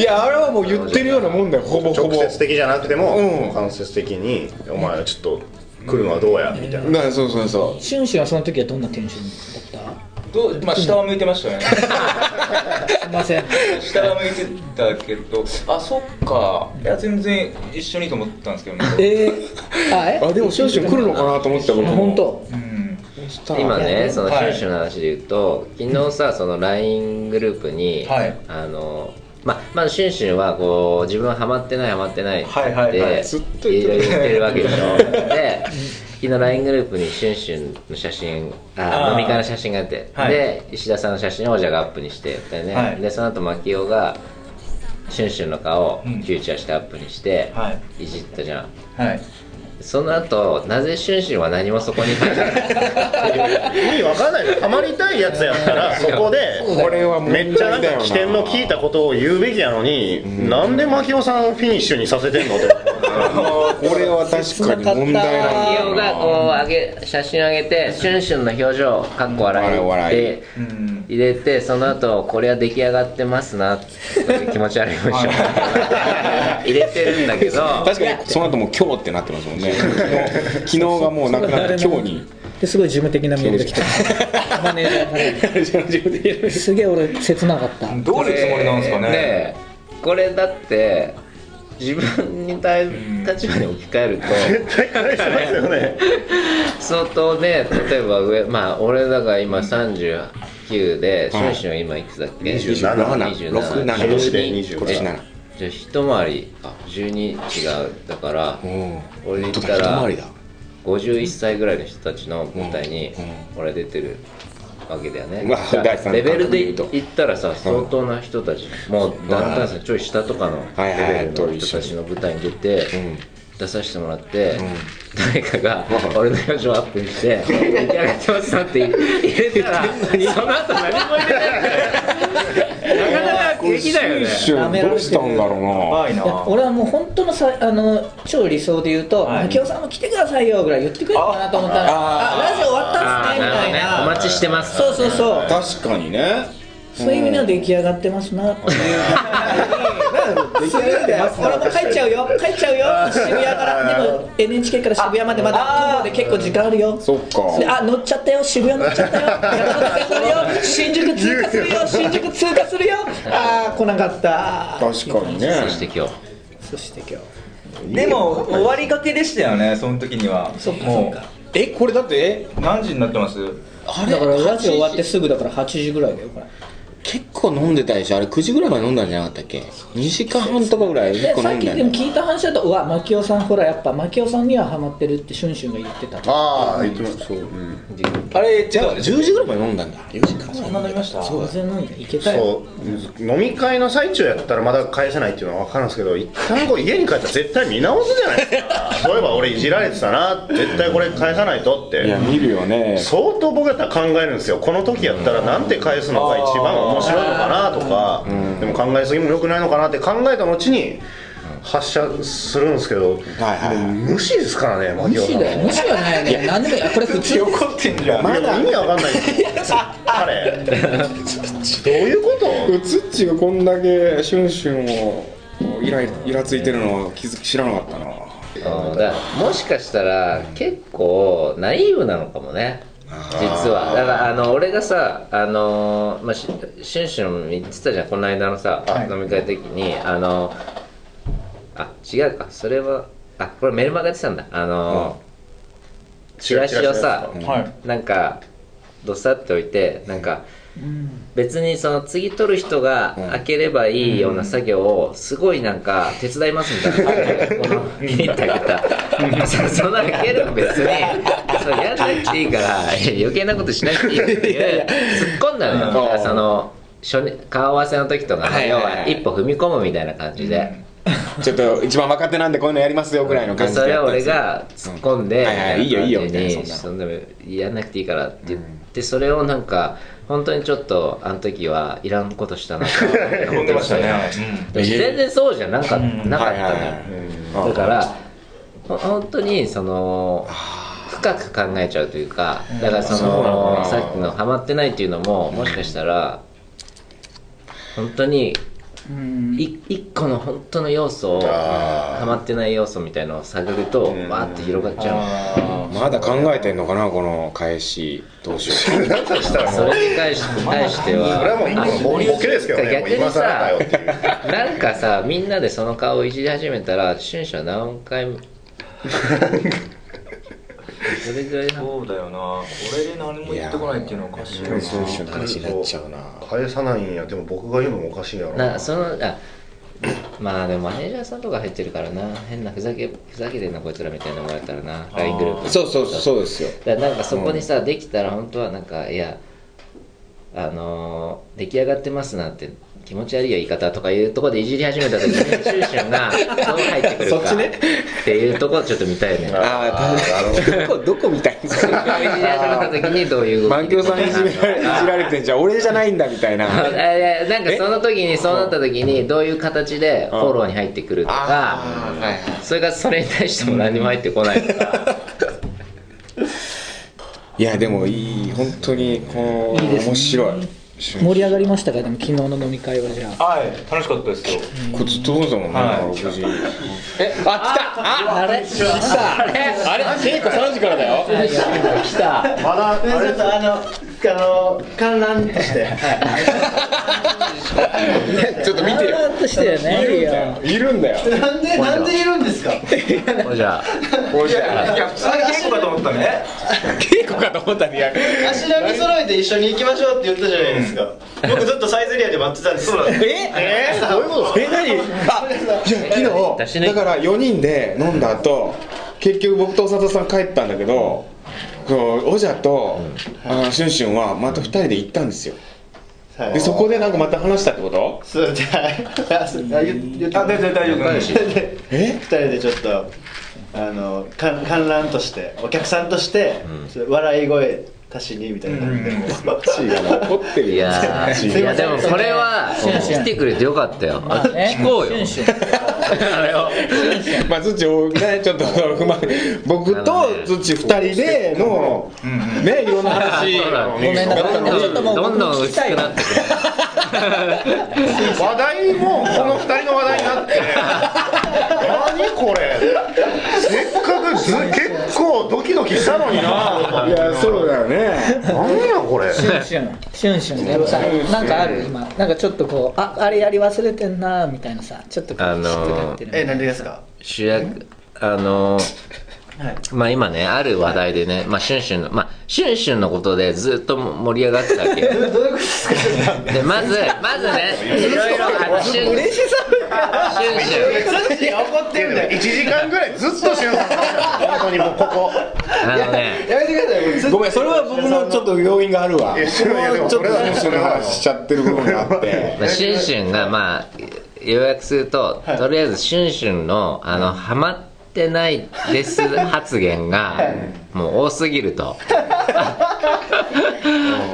Speaker 3: いやあれはもう言ってるようなもんだよほぼほ
Speaker 4: 直
Speaker 3: ぼ
Speaker 4: 接的じゃなくても、
Speaker 3: うん
Speaker 4: 間接的に「お前ちょっと来るのはどうや」みたいな、
Speaker 3: なそうそうそ
Speaker 1: シュンシュンはその時はどんなテンションだっ
Speaker 5: どうまあ下を向いてましたよね
Speaker 1: たすいません
Speaker 5: 下を向いてたけどあそっかいや全然一緒にと思ったんですけどね
Speaker 1: えー、あえ
Speaker 3: うあでもシュンシュン来るのかなと思って僕も
Speaker 1: 本当
Speaker 5: うん
Speaker 2: 今ねその
Speaker 5: は
Speaker 2: シュ
Speaker 5: い
Speaker 2: ンシュンの話で言うと、昨日さその LINE グループに、
Speaker 5: はい
Speaker 2: あのままずシュンシュンはこう自分はハマってないハマってないって
Speaker 5: はいはいはい
Speaker 3: ずっと
Speaker 2: い
Speaker 3: 言
Speaker 2: ろ
Speaker 3: ってる
Speaker 2: いろ言ってるわけでし ょで昨日 LINE グループにシュンシュンの写真あ
Speaker 5: あー
Speaker 2: 飲み会の写真があって、
Speaker 5: はい
Speaker 2: で石田さんの写真をおじゃがアップにしてやったよね、
Speaker 5: はい
Speaker 2: でその後牧雄がシュンシュンの顔をフューチャーしてアップにして、
Speaker 5: はい
Speaker 2: いじったじゃん
Speaker 5: はい
Speaker 2: その後なぜシュンシュンは何もそこに入らない
Speaker 4: 意味わかんないよハマりたいやつやったら そこで
Speaker 3: これは問題
Speaker 4: めっちゃなん
Speaker 3: だよ
Speaker 4: か起点の聞いたことを言うべきやのになんで牧雄さんフィニッシュにさせてんのって
Speaker 3: これは確かに問題なんだ
Speaker 2: 企業
Speaker 3: よ
Speaker 2: が
Speaker 3: な
Speaker 2: こう上げ写真上げてシュンシュンの表情かっこ笑い
Speaker 3: うん笑い
Speaker 2: で入れてその後これは出来上がってますなって気持ち悪い文章入れてるんだけど
Speaker 3: 確かにその後もう今日ってなってますもんね昨日がもうなくなって今日に
Speaker 1: ですごい事務的なメール が来てマネージャーからすげえ俺切なかった
Speaker 5: どういうつもりなんですかね
Speaker 2: えこれだって自分に対立場に置き換えると
Speaker 4: ですよね
Speaker 2: 相当ね例えば上まあ俺だから今39でシュンシュン今いくつだっけ
Speaker 3: 27
Speaker 2: 27
Speaker 3: 67
Speaker 2: 12
Speaker 4: で27
Speaker 3: 今年7
Speaker 2: じゃあ一回りあ12違うだから
Speaker 3: うん
Speaker 2: 俺で言った
Speaker 3: 一
Speaker 2: ら
Speaker 3: 回りだ
Speaker 2: 51歳ぐらいの人たちの舞台に俺出てるわけだよね、
Speaker 3: まあ第三
Speaker 2: レベルで
Speaker 3: 感覚で言うと
Speaker 2: 言ったらさ相当な人たち、もうダウンタウンさんちょい下とかの
Speaker 3: はいはい
Speaker 2: レベルの人たちの舞台に出て
Speaker 3: ん
Speaker 2: 出させてもらって、誰かが俺の表情アップにして「出来上がってますな」って入れたらその後何も入れないから なかなかできないよね
Speaker 3: シュンシュンどうしたんだろう
Speaker 5: や
Speaker 3: な
Speaker 5: ばい
Speaker 1: いや
Speaker 5: な
Speaker 1: 俺はもう本当のさあの超理想で言うと「
Speaker 5: はい
Speaker 1: マキオさんも来てくださいよ」ぐらい言ってくれるかなと思ったら「あラジオ終わったっすね」みたい
Speaker 2: あーなるほどね
Speaker 1: な
Speaker 2: お待ちしてます
Speaker 1: そうそうそう
Speaker 3: 確かにね
Speaker 1: そういう意味では出来上がってますなっていうそういう意味では 俺も帰っちゃうよ帰っちゃうよ渋谷からでも NHK から渋谷までまだ徒歩で結構時間あるよ
Speaker 3: そっか
Speaker 1: であ乗っちゃったよ渋谷乗っちゃ ったよ山手線乗るよ新宿通過するよ新宿通過するよあー来なかった
Speaker 3: 確かにね
Speaker 2: そして今日
Speaker 1: そして今日
Speaker 5: でも終わりかけでしたよねその時には
Speaker 1: そっかそっ
Speaker 5: も
Speaker 1: か
Speaker 5: う
Speaker 3: えこれだって
Speaker 5: 何時になってます
Speaker 1: だからラジオ終わってすぐだから8時ぐらいだよこれ
Speaker 6: 結構飲んでたでしょあれ9時ぐらいまで飲んだんじゃなかったっけ2時間半とかぐらい
Speaker 1: で
Speaker 6: 結構
Speaker 1: さ
Speaker 6: 飲
Speaker 1: っ
Speaker 6: ん
Speaker 1: き
Speaker 6: だんだ
Speaker 1: で
Speaker 6: よ
Speaker 1: も聞いた話だとうわ槙尾さんほらやっぱ槙尾さんにはハマってるってシュンシュンが言ってたと
Speaker 4: ああ言ってますそう、うん、
Speaker 3: あれじゃあ
Speaker 6: 10時ぐらいまで飲んだんだ4時間
Speaker 5: そんな飲みました
Speaker 1: 当然なんだいけたよ
Speaker 4: そう飲み会の最中やったらまだ返せないっていうのは分かるんですけど一旦こう家に帰ったら絶対見直すじゃないですかそういえば俺いじられてたな絶対これ返さないとっ
Speaker 3: いや
Speaker 4: て
Speaker 3: 見るよね
Speaker 4: 相当僕やったら考えるんですよこの時やったらなんて返すのが一番面白いのかなとかでも考えすぎも良くないのかなって考えた後に発射するんですけど、
Speaker 3: はいはいはい
Speaker 4: もう無視ですからねマキ
Speaker 1: 無
Speaker 4: オさ
Speaker 1: 視
Speaker 4: ん
Speaker 1: だよ無視はないよね何でもいいこれ普通です
Speaker 5: 怒ってんじゃん
Speaker 4: まだ意味わかんないですよ彼どういうこと
Speaker 3: うつっちがこんだけシュンシュンをイライライラついてるのを気づき知らなかったな
Speaker 2: うんだからもしかしたら結構ナイーブなのかもね実はだからあの俺がさあの、まあ、しシュンシュン言ってたじゃんこの間のさ、飲み会の時にあのあ違うかそれはあこれメルマガ出てたんだあの、チラシをさ
Speaker 5: はい
Speaker 2: なんかどさっておいてなんか、別にその次取る人が開ければいいような作業をすごいなんか手伝いますみたいな、この 見に行ってあげたそそんな開けるの別にそれやんなくていいから余計なことしなくていいっていう突っ込んだのよ、その初日顔合わせの時とかの、
Speaker 3: はいはいはい
Speaker 2: 要は一歩踏み込むみたいな感じで、
Speaker 3: ちょっと一番若手なんでこういうのやりますよぐらいの
Speaker 2: で
Speaker 3: 感じ
Speaker 2: そ
Speaker 3: で
Speaker 2: れ
Speaker 3: や
Speaker 2: を
Speaker 3: ったん
Speaker 2: 俺
Speaker 3: ですよ
Speaker 2: が突っ込んで、
Speaker 3: うんはいはいいいよいいよみたいなそん
Speaker 2: に
Speaker 3: なの
Speaker 2: そんなのやんなくていいからって言って、それをなんか本当にちょっとあの時はいらんことしたなと思 って
Speaker 5: 飲んでましたね
Speaker 2: でも全然そうじゃなか,、なかっ
Speaker 3: はいは
Speaker 2: た
Speaker 3: い
Speaker 2: のよ、
Speaker 3: はい
Speaker 2: だからほ本当にその深く考えちゃうというかだからそ
Speaker 3: そうなのか
Speaker 2: の
Speaker 3: な
Speaker 2: さっきのハマってないっていうのももしかしたら本当にい一個の本当の要素を
Speaker 4: あー
Speaker 2: ハマってない要素みたいのを探ると
Speaker 4: ん
Speaker 2: わーって広がっちゃ
Speaker 3: まだ考えてんのかなこの返しどうしよ
Speaker 4: だとした
Speaker 2: う
Speaker 4: らも
Speaker 2: そうれに関し対しては
Speaker 4: それはもう今のボボケですけどねも
Speaker 2: 逆
Speaker 4: う今
Speaker 2: に
Speaker 4: 更だ
Speaker 2: さ
Speaker 4: よっていう
Speaker 2: なんかさみんなでその顔をいじり始めたらシュンシュンは何回 もそれぐらいな
Speaker 5: そうだよなこれで何も言ってこないっていうのはおかしいよな
Speaker 3: うシュンシュンの話になっちゃうな
Speaker 4: 返さないんやでも僕が言うのもおかしいやろ
Speaker 2: なそのあまあでもマネージャーさんとか入ってるからな変なふざけふざけてんなこいつらみたいな思われたらな LINE グループ
Speaker 3: うそうそうそうですよ
Speaker 2: だからなんかそこにさ、できたら本当はなんかいやあのー出来上がってますなんて気持ち悪いよ言い方とかいうところでいじり始めた時にシュンシュンがどう入ってくるかっていうところちょっと見たいね
Speaker 7: ああ、どこ、どこみたいな。
Speaker 2: いじり始めた時にどういう
Speaker 7: 満響さんいじめられいじられてんじゃん俺じゃないんだみたいな
Speaker 2: あいやいやなんかその時にそうなった時にどういう形でフォローに入ってくるとかそれがそれに対しても何も入ってこないとか
Speaker 7: いやでもいい本当にこう
Speaker 8: いいですね
Speaker 7: 面白い
Speaker 8: 盛り上がりましたかでも昨日の飲み会はじゃあ
Speaker 5: はい楽しかったですよ
Speaker 7: こっちどうぞもんね
Speaker 5: はい
Speaker 7: 6時えあ来たああれ来たあれあれ聖子3時からだよ
Speaker 8: 来た
Speaker 9: まだあれ
Speaker 4: あの、あの、観覧として。
Speaker 7: ちょっと見てよ
Speaker 8: としてよねいいよ
Speaker 7: いるんだよ
Speaker 4: なんで、なんでいるんですか。
Speaker 2: これじゃあ
Speaker 5: いや普通に稽古かと思ったね
Speaker 7: 稽古かと思ったらいや
Speaker 4: 足並み揃えて一緒に行きましょうって言ったじゃないですか。僕ずっとサイゼリアで待ってたんです。そうなんです。
Speaker 7: えどういうことえ何
Speaker 2: 出し
Speaker 3: 昨
Speaker 2: 抜
Speaker 3: 日
Speaker 2: い
Speaker 3: だから4人で飲んだ後結局僕と長田さん帰ったんだけどこうおじゃとあしゅんしゅんはまた2人で行ったんですよでそこでなんかまた話したってこと
Speaker 4: そう、じゃあ、あそうあ言言って
Speaker 5: あ全然大丈夫
Speaker 4: え二人でちょっとあの観観覧としてお客さんとして、笑い声足しにみたいな感じで、
Speaker 3: 怒ってる
Speaker 2: い
Speaker 3: よ
Speaker 2: やーいやでもこれは来てくれてよかったよあ聞こ うよあれを
Speaker 3: まあ土をねちょっと不満僕と土2人でのねいろんな 話
Speaker 2: そうだ
Speaker 8: ごめんなさい
Speaker 2: ど
Speaker 8: ちょっと
Speaker 2: ん
Speaker 8: もう
Speaker 2: どんどん
Speaker 8: 聞き
Speaker 2: 薄
Speaker 8: たい
Speaker 2: くな
Speaker 8: わ
Speaker 2: ってく
Speaker 9: 話題もこの二人の話題になって何これせっかくず結構ドキドキしたのにない
Speaker 3: やそうだよね
Speaker 9: 何やこれ
Speaker 8: シュンシュンシュンシュンでもさなんかある今なんかちょっとこうああれやり忘れてんなみたいなさちょっとこう
Speaker 2: あのー
Speaker 8: 嫉妬が出てる
Speaker 4: えなんでですか
Speaker 2: 主役あのまあ今ねある話題でね、まあ、シュンシュンのまあシュンシュンのことでずっと盛り上がってたわけ どういうことですかでまずまずねいろいろあのシュンシュンシュン
Speaker 4: 怒ってるんだよ
Speaker 9: 1時間ぐらいずっとしよう本当にもうここ
Speaker 2: あのね
Speaker 4: やめてくださいもうずっと
Speaker 3: ごめんそれは僕のちょっと要因がある わ
Speaker 9: いやそれはでも
Speaker 3: ちょっ
Speaker 9: そ
Speaker 3: と
Speaker 9: れはそれ
Speaker 3: シュンシュンの
Speaker 9: は
Speaker 3: 話しちゃってる部分があって
Speaker 2: まあ、シュンシュンがまあ要約すると、とりあえずシュンシュンのあのハマってないです発言がもう多すぎる と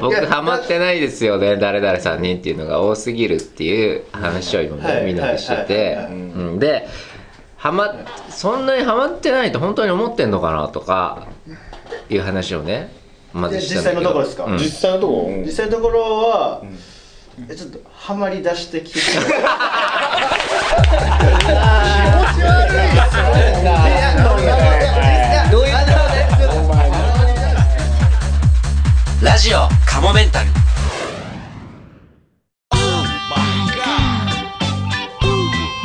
Speaker 2: 僕ハマってないですよね誰々さんにっていうのが多すぎるっていう話を今
Speaker 4: はい
Speaker 2: みんなでしてて
Speaker 4: はいはいはい
Speaker 2: うんでハマそんなにハマってないと本当に思ってんのかなとかいう話をねまずしたんだけど
Speaker 4: 実際のところですか
Speaker 2: うん
Speaker 3: 実際のとこうん
Speaker 4: 実際のところは、えちょっとハマり出して聞いて気持ち悪いどういう
Speaker 10: ラジオカモメンタル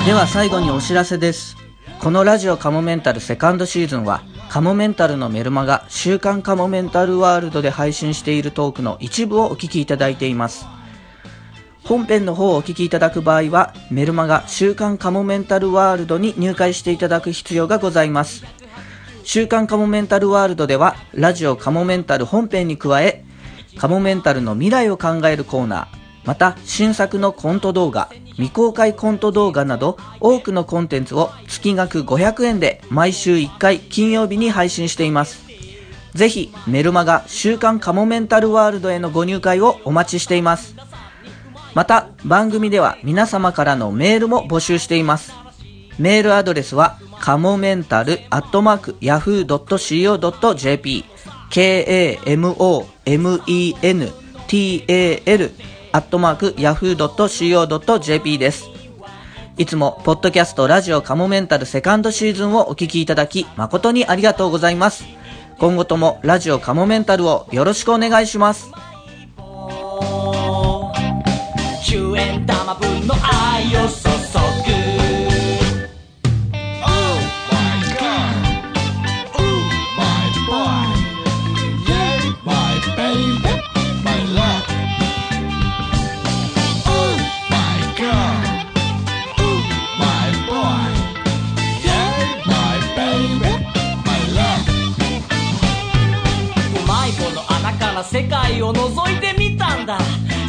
Speaker 1: では最後にお知らせです。このラジオカモメンタルセカンドシーズンは、カモメンタルのメルマが週刊カモメンタルワールドで配信しているトークの一部をお聞きいただいています。本編の方をお聞きいただく場合は、メルマが週刊カモメンタルワールドに入会していただく必要がございます。週刊カモメンタルワールドでは、ラジオカモメンタル本編に加え、カモメンタルの未来を考えるコーナー、また新作のコント動画、未公開コント動画など、多くのコンテンツを月額500円で毎週1回金曜日に配信しています。ぜひ、メルマガ週刊カモメンタルワールドへのご入会をお待ちしています。また、番組では皆様からのメールも募集しています。メールアドレスは、かもめんたるアットマーク yahoo.co.jp k-a-m-o-m-e-n-t-a-l アットマーク yahoo.co.jp です。いつも、ポッドキャストラジオカモメンタルセカンドシーズンをお聞きいただき、誠にありがとうございます。今後ともラジオカモメンタルをよろしくお願いします。
Speaker 10: 10円玉分の愛を注ぐ Oh my god Oh my boy Yay my baby My love Oh my god Oh my boy Yay my baby My love うまい棒の穴から世界を覗いてみたんだ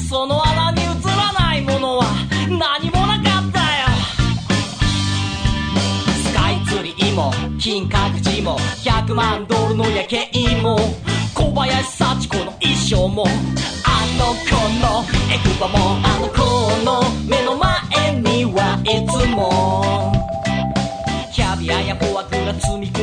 Speaker 10: その穴に映らないものは金閣寺も100万ドルの夜景も小林幸子の衣装もあの子のエクバもあの子の目の前にはいつもキャビアやフォアグラ積み重